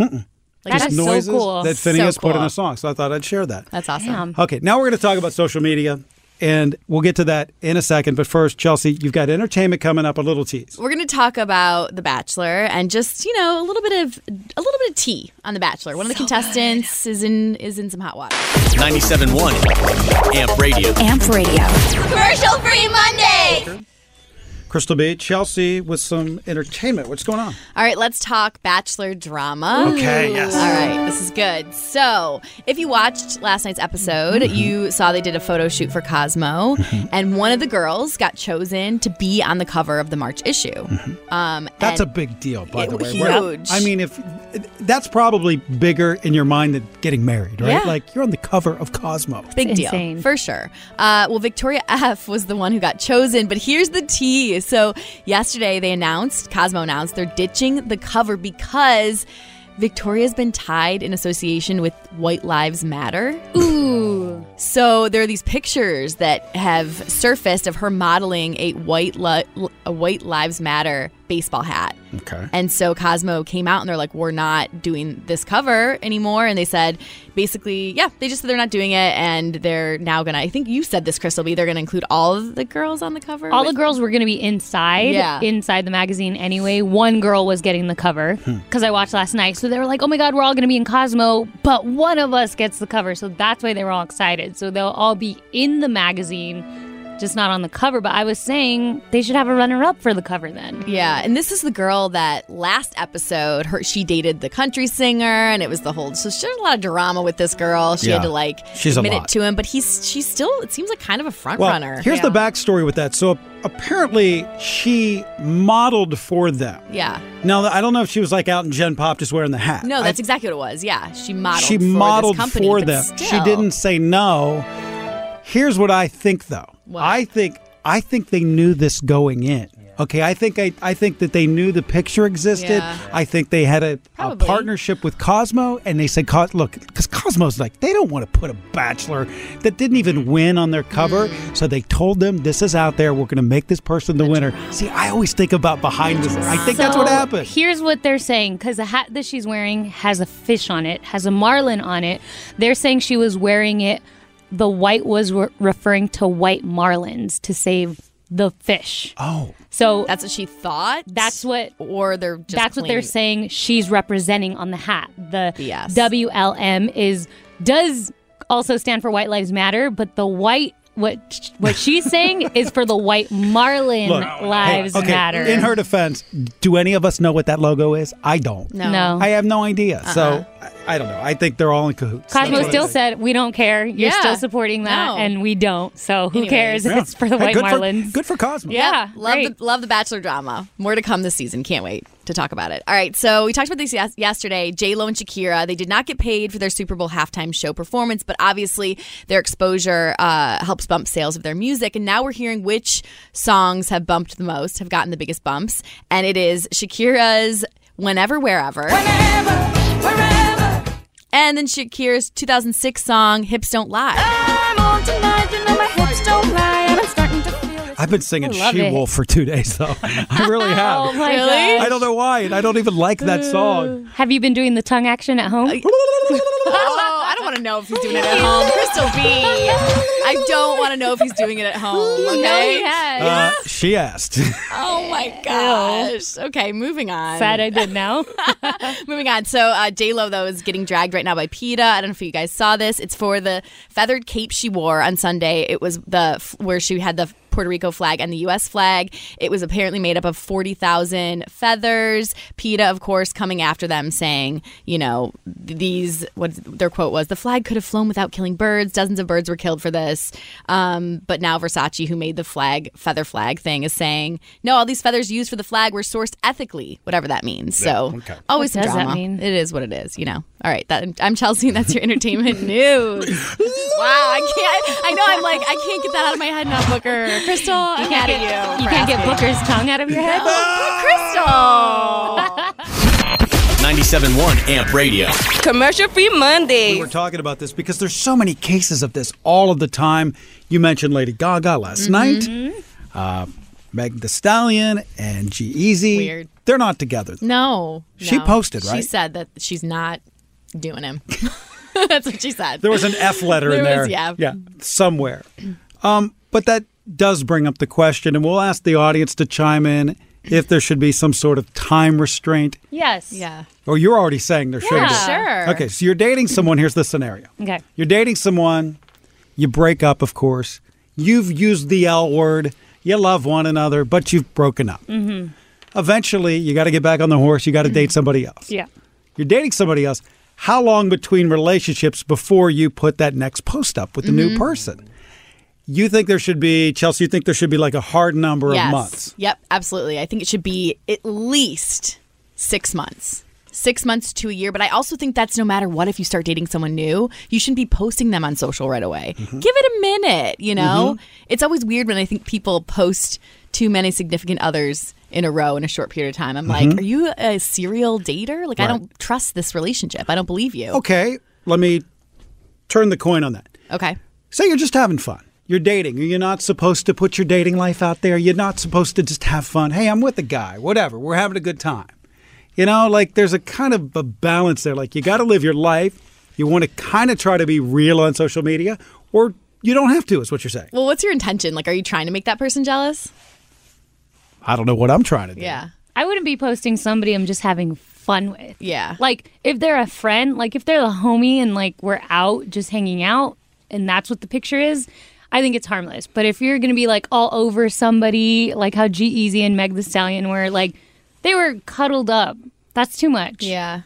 Speaker 4: Just noises That Phineas
Speaker 5: So
Speaker 4: put in
Speaker 5: cool.
Speaker 4: a song. So I thought I'd share that.
Speaker 5: That's awesome.
Speaker 4: Okay, now we're going to talk about social media, and we'll get to that in a second. But first, Chelsea, you've got entertainment coming up, a little tease.
Speaker 5: We're going to talk about The Bachelor and just you know a little bit of a little bit of tea on The Bachelor. One of the contestants is in is in some hot water.
Speaker 8: 97.1 Amp Radio.
Speaker 5: Amp Radio.
Speaker 3: Commercial free Monday.
Speaker 4: Crystal Beach, Chelsea with some entertainment. What's going on?
Speaker 5: All right, let's talk Bachelor drama.
Speaker 4: Okay, yes.
Speaker 5: All right, this is good. So, if you watched last night's episode,
Speaker 4: Mm-hmm.
Speaker 3: Mhm.
Speaker 5: you saw they did a photo shoot for Cosmo, and one of the girls got chosen to be on the cover of the March issue. Um,
Speaker 4: Mm-hmm. That's
Speaker 5: and-
Speaker 4: a big deal, by
Speaker 5: It-
Speaker 4: the way.
Speaker 5: huge.
Speaker 4: I mean, if that's probably bigger in your mind than getting married, right?
Speaker 5: Yeah.
Speaker 4: Like you're on the cover of Cosmo.
Speaker 5: Big deal, for sure. Uh, well, Victoria F was the one who got chosen, but here's the tea. So yesterday they announced, Cosmo announced, they're ditching the cover because Victoria's been tied in association with White Lives Matter. Ooh. So there are these pictures that have surfaced of her modeling a white li- a White Lives Matter baseball hat.
Speaker 4: Okay.
Speaker 5: And so Cosmo came out and they're like, we're not doing this cover anymore. And they said, basically, yeah, they just said they're not doing it. And they're now going to, I think you said this, Crystal B, they're going to include all of the girls on the cover.
Speaker 2: All the girls were going to be inside,
Speaker 5: Yeah.
Speaker 2: inside the magazine anyway. One girl was getting the cover because I watched last night. So they were like, "Oh my God, we're all going to be in Cosmo, but one of us gets the cover." So that's why they were all excited. So they'll all be in the magazine, just not on the cover. But I was saying they should have a runner-up for the cover then.
Speaker 5: Yeah, and this is the girl that last episode her she dated the country singer, and it was the whole. So there's a lot of drama with this girl. She
Speaker 4: Yeah.
Speaker 5: had to like
Speaker 4: She's a
Speaker 5: admit
Speaker 4: lot.
Speaker 5: it to him, but he's she's still it seems like kind of a front
Speaker 4: Well,
Speaker 5: runner.
Speaker 4: here's the backstory with that. So apparently, she modeled for them.
Speaker 5: yeah.
Speaker 4: Now, I don't know if she was like out in Gen Pop just wearing the hat.
Speaker 5: No,
Speaker 4: I-
Speaker 5: that's exactly what it was. Yeah, she modeled.
Speaker 4: she
Speaker 5: for this
Speaker 4: modeled
Speaker 5: company,
Speaker 4: for
Speaker 5: but
Speaker 4: them. She
Speaker 5: still.
Speaker 4: didn't say no. Here's what I think though. I think I think they knew this going in. Okay, I think I, I think that they knew the picture existed.
Speaker 11: Yeah.
Speaker 4: I think they had a, a partnership with Cosmo, and they said, "Cos- "Look, because Cosmo's like they don't want to put a bachelor that didn't even win on their cover."
Speaker 5: Mm.
Speaker 4: So they told them, "This is out there. We're going to make this person the winner." See, I always think about behind the. I think that's what
Speaker 2: So,
Speaker 4: happened.
Speaker 2: Here's what they're saying because the hat that she's wearing has a fish on it, has a marlin on it. They're saying she was wearing it. The white was re- referring to white marlins to save the fish.
Speaker 4: Oh.
Speaker 2: So
Speaker 5: that's what she thought.
Speaker 2: That's what,
Speaker 5: or they're just
Speaker 2: that's what they're
Speaker 5: claiming-
Speaker 2: saying. She's representing on the hat. The WLM is does also stand for White Lives Matter, but the white. What what she's saying is for the white marlin
Speaker 4: hey,
Speaker 2: lives
Speaker 4: okay,
Speaker 2: matter.
Speaker 4: In her defense, do any of us know what that logo is? I don't.
Speaker 2: No. No.
Speaker 4: I have no idea. So I, I don't know. I think they're all in cahoots.
Speaker 2: Cosmo
Speaker 4: That's what I
Speaker 2: still
Speaker 4: think.
Speaker 2: said, "We don't care. You're
Speaker 5: Yeah.
Speaker 2: still supporting that,
Speaker 5: No.
Speaker 2: and we don't. So who
Speaker 5: Anyways.
Speaker 2: cares?
Speaker 5: Yeah.
Speaker 2: It's for the
Speaker 5: Hey,
Speaker 2: White
Speaker 5: good for-
Speaker 2: Marlins."
Speaker 4: good for Cosmo.
Speaker 5: Yeah, love the love the Bachelor drama. More to come this season. Can't wait to talk about it. All right, so we talked about this yes- yesterday. J Lo and Shakira they did not get paid for their Super Bowl halftime show performance, but obviously their exposure uh, helps bump sales of their music. And now we're hearing which songs have bumped the most, have gotten the biggest bumps, and it is Shakira's "Whenever Wherever." And then Shakira's 2006 song "Hips Don't Lie."
Speaker 4: I've been singing
Speaker 5: I love
Speaker 4: She
Speaker 5: it.
Speaker 4: Wolf for two days, though. I really have.
Speaker 2: Oh my Really?
Speaker 4: I don't know why, and I don't even like that song. Uh,
Speaker 2: Have you been doing the tongue action at home?
Speaker 5: oh, I don't want to know if he's doing it at home. Crystal B. I I don't want to know if he's doing it at home.
Speaker 2: You
Speaker 5: Okay?
Speaker 2: know he has.
Speaker 4: Uh, she asked.
Speaker 5: Oh my gosh. Okay, moving on.
Speaker 2: Sad I did now.
Speaker 5: moving on. So uh, J Lo though is getting dragged right now by PETA. I don't know if you guys saw this. It's for the feathered cape she wore on Sunday. It was the f- where she had the Puerto Rico flag and the U.S. flag. It was apparently made up of forty thousand feathers. PETA, of course, coming after them, saying, you know, these what their quote was: "The flag could have flown without killing birds. Dozens of birds were killed for this." Um, but now Versace, who made the flag feather flag thing, is saying, "No, all these feathers used for the flag were sourced ethically, whatever that means." So
Speaker 2: Yeah, okay.
Speaker 5: always some
Speaker 2: What does that
Speaker 5: drama.
Speaker 2: mean?
Speaker 5: It is what it is, you know. All right, that, I'm Chelsea, and that's your entertainment news. wow, I can't. I know. I'm like, I can't get that out of my head now, Booker. Crystal,
Speaker 2: You
Speaker 5: I'm
Speaker 2: can't
Speaker 5: mad at
Speaker 2: get-
Speaker 5: you.
Speaker 2: you
Speaker 5: for
Speaker 2: can't get
Speaker 5: asking.
Speaker 2: Booker's tongue out of your head?
Speaker 5: No, Crystal.
Speaker 8: 97.1 Amp Radio.
Speaker 18: Commercial free Monday.
Speaker 4: We're talking about this because there's so many cases of this all of the time. You mentioned Lady Gaga
Speaker 2: Mm-hmm.
Speaker 4: last night. Uh, Megan Thee Stallion and G Easy.
Speaker 5: Weird.
Speaker 4: They're not together.
Speaker 5: No,
Speaker 4: She
Speaker 5: no.
Speaker 4: posted,
Speaker 5: She
Speaker 4: right?
Speaker 5: said that she's not doing him. That's what she said.
Speaker 4: There was an F letter in there.
Speaker 5: was, yeah.
Speaker 4: somewhere. Um, but that does bring up the question, and we'll ask the audience to chime in if there should be some sort of time restraint.
Speaker 2: Yes. Yeah.
Speaker 4: Or you're already saying there should be.
Speaker 2: Yeah, sure.
Speaker 4: Okay, so you're dating someone. Here's the scenario.
Speaker 2: Okay.
Speaker 4: You're dating someone, you break up, of course. You've used the L word, you love one another, but you've broken up.
Speaker 2: Mm-hmm.
Speaker 4: Eventually, you got to get back on the horse, you got to date somebody else.
Speaker 2: Yeah.
Speaker 4: You're dating somebody else. How long between relationships before you put that next post up with the new
Speaker 5: Mhm.
Speaker 4: person? You think there should be, Chelsea, you think there should be like a hard number
Speaker 5: yes.
Speaker 4: of months.
Speaker 5: Yep, absolutely. I think it should be at least six months. Six months to a year, but I also think that's no matter what. If you start dating someone new, you shouldn't be posting them on social right away.
Speaker 4: Mm-hmm.
Speaker 5: Give it a minute, you know? It's always weird when I think people post too many significant others in a row in a short period of time. I'm
Speaker 4: Mhm.
Speaker 5: like, are you a serial dater? Like, I
Speaker 4: Right.
Speaker 5: don't trust this relationship. I don't believe you.
Speaker 4: Okay, let me turn the coin on that.
Speaker 5: Okay.
Speaker 4: Say you're just having fun. You're dating. You're not supposed to put your dating life out there. You're not supposed to just have fun. Hey, I'm with a guy, whatever. We're having a good time. You know, like there's a kind of a balance there. Like you got to live your life. You want to kind of try to be real on social media, or you don't have to, is what you're saying.
Speaker 5: Well, what's your intention? Like, are you trying to make that person jealous?
Speaker 4: I don't know what I'm trying to do.
Speaker 5: Yeah.
Speaker 2: I wouldn't be posting somebody I'm just having fun with.
Speaker 5: Yeah.
Speaker 2: Like if they're a friend, like if they're the homie and like we're out just hanging out and that's what the picture is, I think it's harmless. But if you're gonna be like all over somebody, like how G Easy and Meg the Stallion were, like they were cuddled up. That's too much.
Speaker 5: Yeah.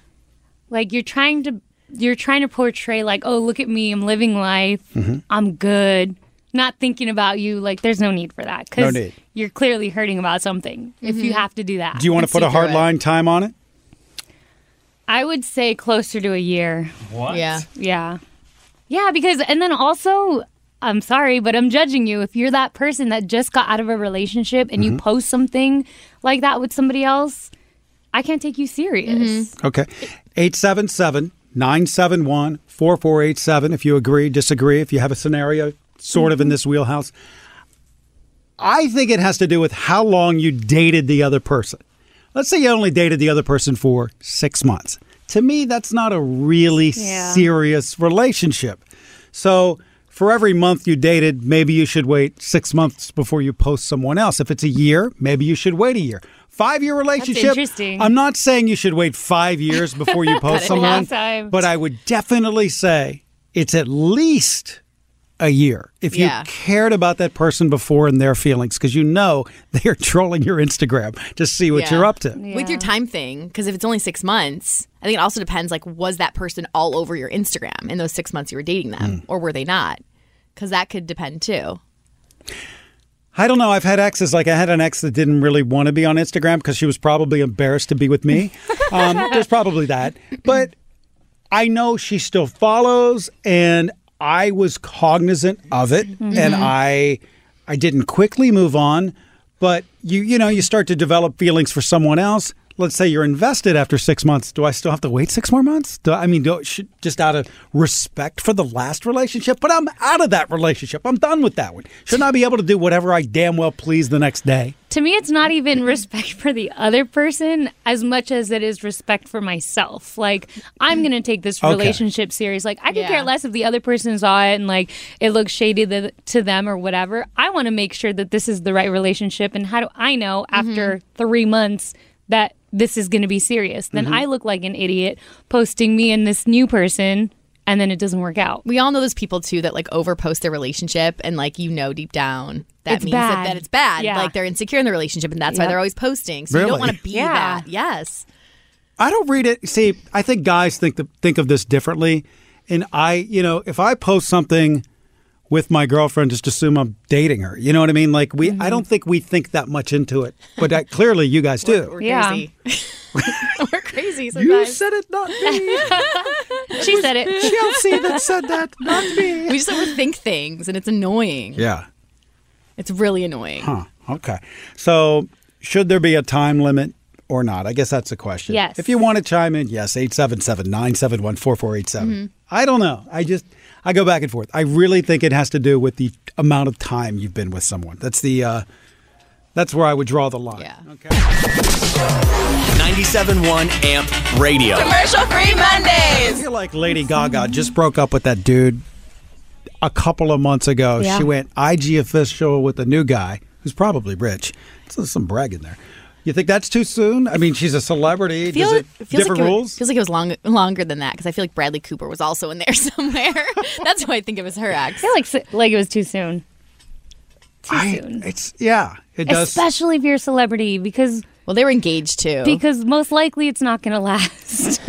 Speaker 2: Like you're trying to you're trying to portray like, oh look at me, I'm living life.
Speaker 4: Mhm.
Speaker 2: I'm good. Not thinking about you. Like there's no need for that. Because
Speaker 4: need.
Speaker 2: you're clearly hurting about something if
Speaker 5: Mm-hmm.
Speaker 2: you have to do that.
Speaker 4: Do you want to put a hard line time on it?
Speaker 2: I would say closer to a year.
Speaker 4: What?
Speaker 5: Yeah.
Speaker 2: Yeah. Yeah, because, and then also, I'm sorry, but I'm judging you. If you're that person that just got out of a relationship and you
Speaker 4: Mhm.
Speaker 2: post something like that with somebody else, I can't take you serious.
Speaker 4: Okay. 877 971 4487. If you agree, disagree, if you have a scenario sort of in this wheelhouse, I think it has to do with how long you dated the other person. Let's say you only dated the other person for six months. To me, that's not a really
Speaker 19: Yeah.
Speaker 4: serious relationship. So, for every month you dated, maybe you should wait six months before you post someone else. If it's a year, maybe you should wait a year. Five year relationship.
Speaker 2: interesting.
Speaker 4: I'm not saying you should wait five years before you
Speaker 2: Cut it
Speaker 4: post
Speaker 2: in
Speaker 4: someone,
Speaker 2: half time.
Speaker 4: but I would definitely say it's at least a year if you
Speaker 2: Yeah.
Speaker 4: cared about that person before and their feelings because you know they're trolling your Instagram to see what
Speaker 5: Yeah.
Speaker 4: you're up to.
Speaker 5: with your time thing because if it's only six months i think it also depends like was that person all over your instagram in those six months you were dating them or were they not because that could depend too
Speaker 4: I don't know. I've had exes. Like I had an ex that didn't really want to be on Instagram because she was probably embarrassed to be with me. Um, there's probably that, but I know she still follows, and I was cognizant of it,
Speaker 19: Mhm.
Speaker 4: and I I didn't quickly move on. But you you know you start to develop feelings for someone else. let's say you're invested after six months, do I still have to wait six more months? Do I, I mean, do, should, just out of respect for the last relationship, but I'm out of that relationship. I'm done with that one. Shouldn't I be able to do whatever I damn well please the next day?
Speaker 2: To me, it's not even respect for the other person as much as it is respect for myself. Like, I'm going to take this
Speaker 4: Okay.
Speaker 2: relationship serious. Like, I could
Speaker 4: Yeah.
Speaker 2: care less if the other person saw it and, like, it looks shady th- to them or whatever. I want to make sure that this is the right relationship. And how do I know after three months that this is going to be serious? Then
Speaker 4: Mm-hmm.
Speaker 5: Mhm.
Speaker 2: I look like an idiot posting me and this new person, and then it doesn't work out.
Speaker 5: We all know those people too that like overpost their relationship and like you know deep down that
Speaker 2: It's
Speaker 5: means that,
Speaker 2: bad.
Speaker 5: that it's bad.
Speaker 2: Yeah.
Speaker 5: Like they're insecure in the relationship and that's why
Speaker 2: Yep.
Speaker 5: they're always posting. So you
Speaker 4: Really?
Speaker 5: don't want to be
Speaker 2: Yeah.
Speaker 5: that. Yes.
Speaker 4: I don't read it. See, I think guys think the, think of this differently, and I, you know, if I post something with my girlfriend, just assume I'm dating her. You know what I mean? Like we, I don't think we think that much into it, but I, clearly you guys do.
Speaker 5: We're
Speaker 2: Yeah.
Speaker 5: crazy. We're crazy sometimes.
Speaker 4: You said it, not
Speaker 5: me. she said it.
Speaker 4: Chelsea that said that, not me.
Speaker 5: We just overthink things and it's annoying.
Speaker 4: yeah.
Speaker 5: It's really annoying.
Speaker 4: Huh. Okay. So, should there be a time limit or not? I guess that's the question.
Speaker 5: Yes.
Speaker 4: If you want to chime in, yes, 877 971 4487. I don't know. I just, I go back and forth. I really think it has to do with the amount of time you've been with someone. That's the, uh, that's where I would draw the line. Yeah.
Speaker 8: 97.1 Amp Radio.
Speaker 3: Commercial free Mondays.
Speaker 4: You're like Lady Gaga just broke up with that dude a couple of months ago.
Speaker 3: Yeah.
Speaker 4: She went IG official with a new guy who's probably rich. So There's some bragging there. You think that's too soon? I mean, she's a celebrity.
Speaker 5: Feel
Speaker 4: Does it,
Speaker 5: it, feels
Speaker 4: different
Speaker 5: like it, was-
Speaker 4: rules?
Speaker 5: feels like it was long, longer than that because I feel like Bradley Cooper was also in there somewhere. That's why I think it was her ex.
Speaker 2: I feel like, like it was too soon. Too
Speaker 4: I-
Speaker 2: soon.
Speaker 4: It's yeah, it does.
Speaker 2: Especially if you're a celebrity, because
Speaker 5: well, they were engaged too.
Speaker 2: Because most likely it's not going to last.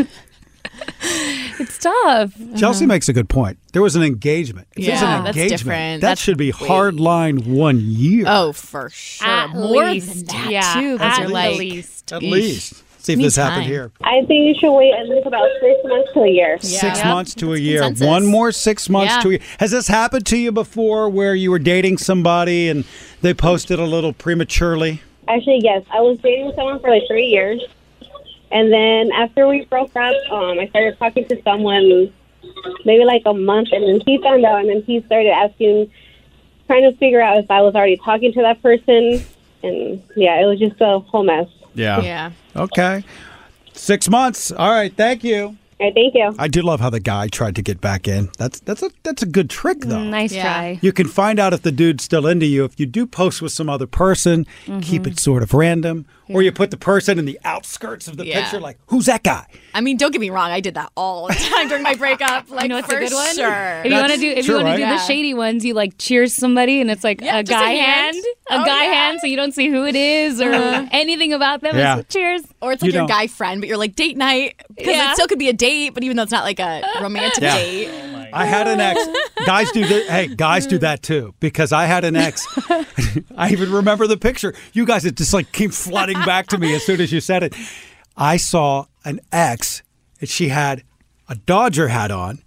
Speaker 2: it's tough.
Speaker 4: Chelsea makes a good point. There was an engagement. If there's
Speaker 2: Yeah,
Speaker 4: an
Speaker 2: that's
Speaker 4: engagement,
Speaker 2: different.
Speaker 4: that
Speaker 2: That's
Speaker 4: should be
Speaker 2: way-
Speaker 4: hard line one year.
Speaker 5: Oh, for sure.
Speaker 2: At
Speaker 5: More than
Speaker 2: least.
Speaker 5: that
Speaker 2: Yeah,
Speaker 5: too. 'cause
Speaker 2: at
Speaker 5: you're like,
Speaker 2: least.
Speaker 4: At least. See if this happened here.
Speaker 19: I think you should wait at least about six months to a year.
Speaker 4: Six months to a year. One more six months
Speaker 19: Yeah.
Speaker 4: to a year. Has this happened to you before where you were dating somebody and they posted a little prematurely?
Speaker 19: Actually, yes. I was dating someone for like three years. And then after we broke up, um, I started talking to someone maybe like a month. And then he found out. And then he started asking, trying to figure out if I was already talking to that person. And yeah, it was just a whole mess.
Speaker 4: Yeah. Okay. Six months. All right. Thank you.
Speaker 19: All right, thank you.
Speaker 4: I do love how the guy tried to get back in. That's that's a that's a good trick though.
Speaker 2: Nice try.
Speaker 4: You can find out if the dude's still into you if you do post with some other person. Keep it sort of random, or you put the person in the outskirts of the
Speaker 5: Yeah.
Speaker 4: picture. Like, who's that guy?
Speaker 5: I mean, don't get me wrong. I did that all the time during my breakup. Like,
Speaker 2: know what's a
Speaker 5: for
Speaker 2: good one?
Speaker 5: Sure.
Speaker 2: If you want to do, if you want to do the shady ones, you like cheers somebody, and it's like a
Speaker 5: just
Speaker 2: guy
Speaker 5: a hand.
Speaker 2: hand, a
Speaker 5: Oh,
Speaker 2: guy
Speaker 5: yeah.
Speaker 2: hand, so you don't see who it is or
Speaker 5: Uh-huh.
Speaker 2: anything about them. It's
Speaker 4: Yeah.
Speaker 2: like, cheers.
Speaker 5: Or it's
Speaker 4: You
Speaker 5: like your
Speaker 4: don't.
Speaker 5: guy friend, but you're like date night because
Speaker 2: Yeah.
Speaker 5: it still could be a date, but even though it's not like a romantic
Speaker 4: Yeah.
Speaker 5: date.
Speaker 4: I had an ex. guys do that. Hey, guys do that too because I had an ex. I even remember the picture. You guys, it just like came flooding back to me as soon as you said it. I saw an ex, and she had a Dodger hat on,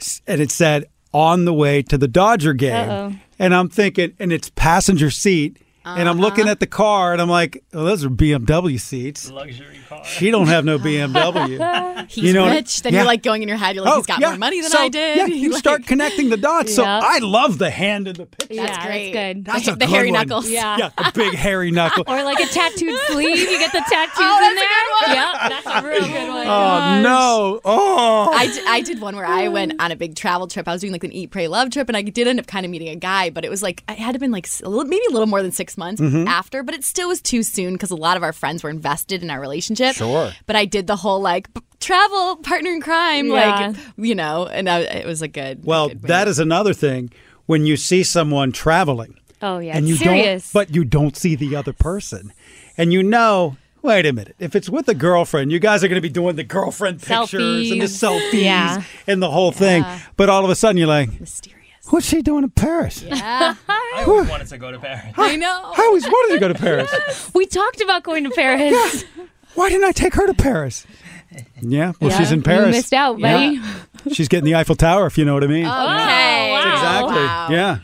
Speaker 4: s- and it said "On the way to the Dodger game."
Speaker 3: Uh-oh.
Speaker 4: And I'm thinking, and it's passenger seat. And I'm looking at the car, and I'm like, "Oh, those are BMW seats. Luxury car. She don't have no BMW.
Speaker 5: He's
Speaker 4: You know-
Speaker 5: rich. Then
Speaker 4: Yeah.
Speaker 5: you're like going in your head. You're like,
Speaker 4: Oh,
Speaker 5: he's got
Speaker 4: yeah.
Speaker 5: more money than
Speaker 4: So,
Speaker 5: I did.
Speaker 4: Yeah, you
Speaker 5: Like,
Speaker 4: start connecting the dots. So
Speaker 5: Yeah.
Speaker 4: I love the hand in the picture.
Speaker 5: That's
Speaker 2: Yeah,
Speaker 5: great.
Speaker 2: That's good.
Speaker 5: the, the
Speaker 4: good
Speaker 5: hairy
Speaker 4: one.
Speaker 5: knuckles.
Speaker 2: Yeah.
Speaker 4: Yeah, the big hairy knuckle.
Speaker 2: Or like a tattooed sleeve, you get the tattoos
Speaker 5: Oh,
Speaker 2: in there. Yep, that's a real good one.
Speaker 4: oh no! Oh,
Speaker 5: I, d- I did one where I went on a big travel trip. I was doing like an eat, pray, love trip, and I did end up kind of meeting a guy, but it was like, I had to been like s- a little, maybe a little more than six months
Speaker 4: Mhm.
Speaker 5: after, but it still was too soon because a lot of our friends were invested in our relationship.
Speaker 4: Sure.
Speaker 5: But I did the whole like b- travel partner in crime,
Speaker 2: Yeah.
Speaker 5: like, you know, and I, it was a good.
Speaker 4: Well, that is another thing when you see someone traveling
Speaker 2: Oh yeah,
Speaker 4: and you
Speaker 2: it's serious.
Speaker 4: don't, but you don't see the other person, and you know. Wait a minute. If it's with a girlfriend, you guys are going to be doing the girlfriend pictures and the
Speaker 2: Selfies.
Speaker 4: selfies
Speaker 2: Yeah.
Speaker 4: and the whole thing. But all of a sudden, you're like, mysterious. What's she doing in Paris?
Speaker 2: Yeah.
Speaker 12: I always wanted to go to Paris.
Speaker 2: I know.
Speaker 4: I always wanted to go to Paris.
Speaker 2: We talked about going to Paris.
Speaker 4: Why didn't I take her to Paris? Yeah, well,
Speaker 2: Yeah,
Speaker 4: she's in
Speaker 2: you
Speaker 4: Paris.
Speaker 2: missed out, buddy.
Speaker 4: Yeah. she's getting the Eiffel Tower, if you know what I mean.
Speaker 5: Oh,
Speaker 2: Okay. Wow.
Speaker 4: exactly. Yeah.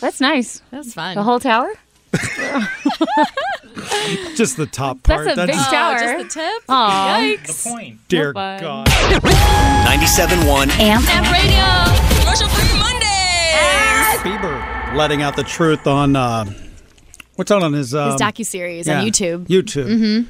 Speaker 2: That's nice.
Speaker 5: That's fun.
Speaker 2: The whole tower?
Speaker 4: just the top part.
Speaker 2: That's a big shower.
Speaker 5: Oh, just the tip?
Speaker 2: Aw.
Speaker 5: Yikes.
Speaker 4: Dear
Speaker 2: Bye.
Speaker 4: God.
Speaker 8: 97.1
Speaker 5: Amp Radio. Commercial free
Speaker 2: Ah.
Speaker 5: Mondays.
Speaker 4: Bieber letting out the truth on uh, what's out on his um,
Speaker 5: His docuseries on YouTube.
Speaker 4: YouTube.
Speaker 5: Mm-hmm.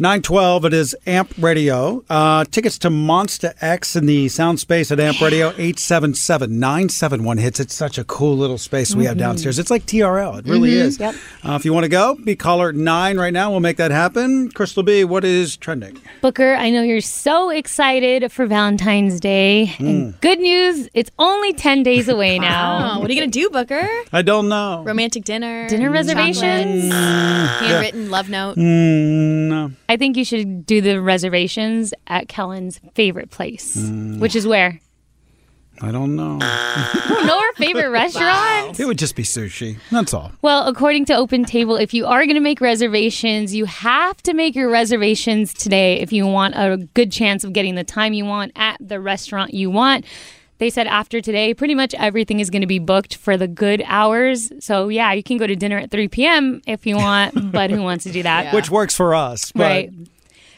Speaker 4: 912, it is AMP Radio. Uh, tickets to Monster X in the sound space at AMP Radio, 877 971 hits. It's such a cool little space we have
Speaker 11: Mhm.
Speaker 4: downstairs. It's like TRL, it really
Speaker 11: Mhm.
Speaker 4: is.
Speaker 11: Yep.
Speaker 4: Uh, if you want to go, be caller 9 right now. We'll make that happen. Crystal B, what is trending?
Speaker 2: Booker, I know you're so excited for Valentine's Day. And good news, it's only 10 days away now.
Speaker 5: Wow. Oh, What are you going to do, Booker?
Speaker 4: I don't know.
Speaker 5: Romantic dinner.
Speaker 2: Dinner reservations?
Speaker 4: Mm, yeah.
Speaker 5: Handwritten love note.
Speaker 4: Mm, no.
Speaker 2: I think you should do the reservations at Kellen's favorite place,
Speaker 4: Mm.
Speaker 2: which is where?
Speaker 4: I don't know.
Speaker 2: know her favorite restaurant?
Speaker 4: It would just be sushi. That's all.
Speaker 2: Well, according to Open Table, if you are going to make reservations, you have to make your reservations today if you want a good chance of getting the time you want at the restaurant you want. They said after today, pretty much everything is going to be booked for the good hours. So, yeah, you can go to dinner at 3 p.m. if you want, but who wants to do that?
Speaker 4: Which works for us. But
Speaker 2: Right.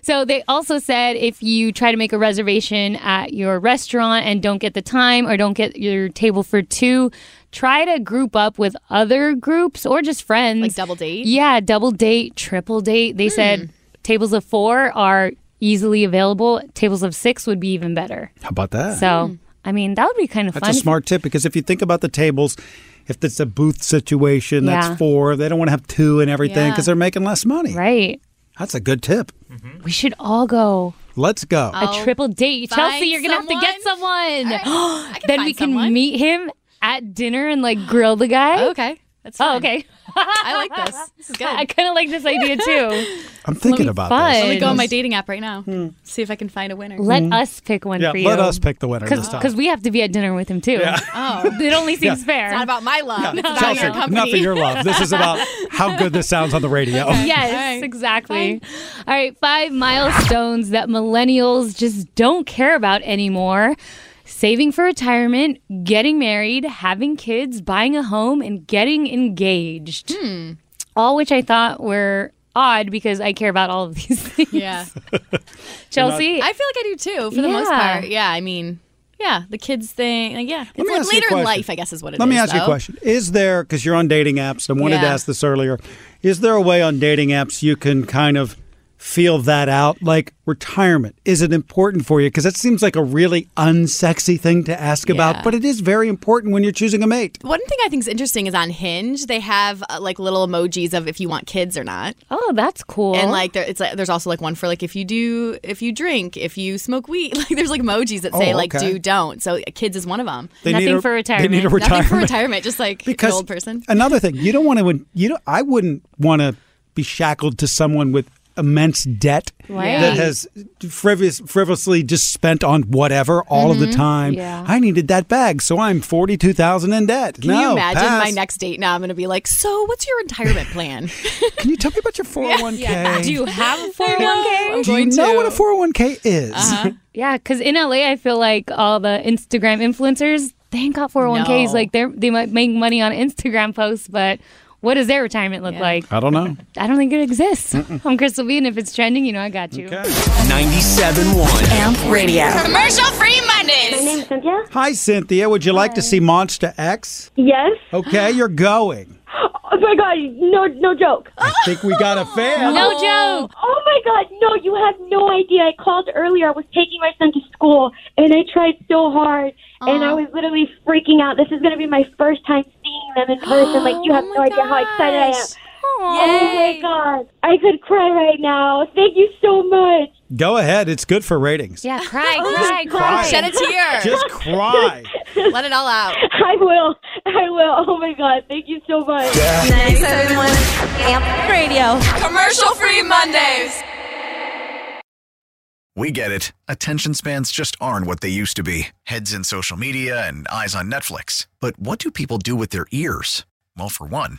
Speaker 2: So they also said if you try to make a reservation at your restaurant and don't get the time or don't get your table for two, try to group up with other groups or just friends. Like Hmm.
Speaker 5: double date?
Speaker 2: Yeah, double date, triple date. They said tables of 4 are easily available. Tables of 6 would be even better.
Speaker 4: How about that?
Speaker 2: So, I mean, that would be kind of
Speaker 4: Uh-huh. That's
Speaker 2: fun.
Speaker 4: a smart tip because if you think about the tables, if it's a booth situation,
Speaker 2: Yeah.
Speaker 4: that's four. They don't want to have two and everything because
Speaker 2: Yeah.
Speaker 4: they're making less money.
Speaker 2: Right.
Speaker 4: That's a good tip.
Speaker 2: We should all go.
Speaker 4: Let's go.
Speaker 2: a triple date.
Speaker 5: find
Speaker 2: Chelsea, you're gonna have to get someone. then we can meet him at dinner and like grill the guy.
Speaker 5: Okay. That's
Speaker 2: fine. Oh, okay.
Speaker 5: I like this. This is good.
Speaker 2: I kind of like this idea too.
Speaker 4: I'm thinking about
Speaker 2: fun.
Speaker 4: this.
Speaker 5: Let me go on my dating app right now.
Speaker 4: Hmm.
Speaker 5: See if I can find a winner.
Speaker 2: Let us pick one
Speaker 4: Yeah,
Speaker 2: for you.
Speaker 4: let us pick the winner this time.
Speaker 2: Because we have to be at dinner with him too.
Speaker 5: Oh.
Speaker 2: It only
Speaker 4: Yeah.
Speaker 2: seems fair.
Speaker 5: It's not about my love. It's about
Speaker 4: Chelsea,
Speaker 5: your company.
Speaker 4: enough of your love. This is about how good this sounds on the radio.
Speaker 2: Yes, exactly. All right, five milestones that millennials just don't care about anymore saving for retirement, getting married, having kids, buying a home, and getting engaged.
Speaker 5: Hmm.
Speaker 2: All which I thought were odd because I care about all of these things.
Speaker 5: Yeah.
Speaker 2: Chelsea?
Speaker 5: I feel like I do too, for the most
Speaker 2: Yeah.
Speaker 5: part. Yeah, I mean, yeah, the kids thing. Like, yeah, it's
Speaker 4: me
Speaker 5: like
Speaker 4: ask you a
Speaker 5: later in
Speaker 4: question.
Speaker 5: life, I guess, is what it is.
Speaker 4: Let me ask you a
Speaker 5: though.
Speaker 4: question. Is there, because you're on dating apps, I wanted to
Speaker 5: Yeah.
Speaker 4: ask this earlier, is there a way on dating apps you can kind of feel that out? Like retirement, is it important for you? Because that seems like a really unsexy thing to ask
Speaker 5: Yeah.
Speaker 4: about, but it is very important when you're choosing a mate.
Speaker 5: One thing I think is interesting is on Hinge they have uh, like little emojis of if you want kids or not.
Speaker 2: Oh, that's cool.
Speaker 5: And like there, it's like, there's also like one for like if you do if you drink if you smoke weed like there's like emojis that say
Speaker 4: Oh,
Speaker 5: like
Speaker 4: okay.
Speaker 5: do don't. So uh, kids is one of them.
Speaker 4: They need Nothing a- for retirement. they need a
Speaker 5: Nothing for
Speaker 4: retirement.
Speaker 5: retirement. Just like
Speaker 4: Because
Speaker 5: an old person.
Speaker 4: Another thing, you don't want to. You don't, I wouldn't want to be shackled to someone with immense debt
Speaker 5: Right.
Speaker 4: that has frivolous, frivolously just spent on whatever all of
Speaker 5: Mhm.
Speaker 4: the time.
Speaker 5: Yeah.
Speaker 4: I needed that bag, so I'm forty two thousand in debt.
Speaker 5: Can
Speaker 4: no,
Speaker 5: you imagine
Speaker 4: pass.
Speaker 5: my next date? Now I'm going to be like, so what's your retirement plan?
Speaker 4: Can you tell me about your 401k?
Speaker 2: Do you have a
Speaker 5: know.
Speaker 2: 401k?
Speaker 5: I'm Uh-huh.
Speaker 4: Do you know what a four hundred one k is?
Speaker 2: Yeah, because in LA, I feel like all the Instagram influencers, they ain't got 401ks.
Speaker 4: No.
Speaker 2: Like, they are they might make money on Instagram posts, but what does their retirement look like?
Speaker 4: I don't know.
Speaker 2: I don't think it exists. I'm Crystal B, and if it's trending, you know I got you.
Speaker 8: 97.1
Speaker 2: Amp Radio.
Speaker 3: Commercial free Mondays. My
Speaker 6: name's Cynthia.
Speaker 4: Hi, Cynthia. Would you like to see Monster X?
Speaker 6: Yes.
Speaker 4: Okay, you're going.
Speaker 6: Oh my god, no no joke.
Speaker 4: I think we got a fan.
Speaker 2: joke.
Speaker 6: Oh my god, no, you have no idea. I called earlier. I was taking my son to school and I tried so hard and I was literally freaking out. This is going to be my first time seeing them in person. Like you have no idea how excited I am. Oh my god. I could cry right now. Thank you so much.
Speaker 4: Go ahead. It's good for ratings.
Speaker 2: Yeah, cry,
Speaker 6: cry,
Speaker 4: cry.
Speaker 5: Shed a tear.
Speaker 4: Just cry.
Speaker 5: Let it all out.
Speaker 6: I will. I will. Oh my god. Thank you so much.
Speaker 3: 971
Speaker 6: Amp Radio.
Speaker 3: Commercial free Mondays.
Speaker 1: We get it. Attention spans just aren't what they used to be heads in social media and eyes on Netflix. But what do people do with their ears? Well, for one,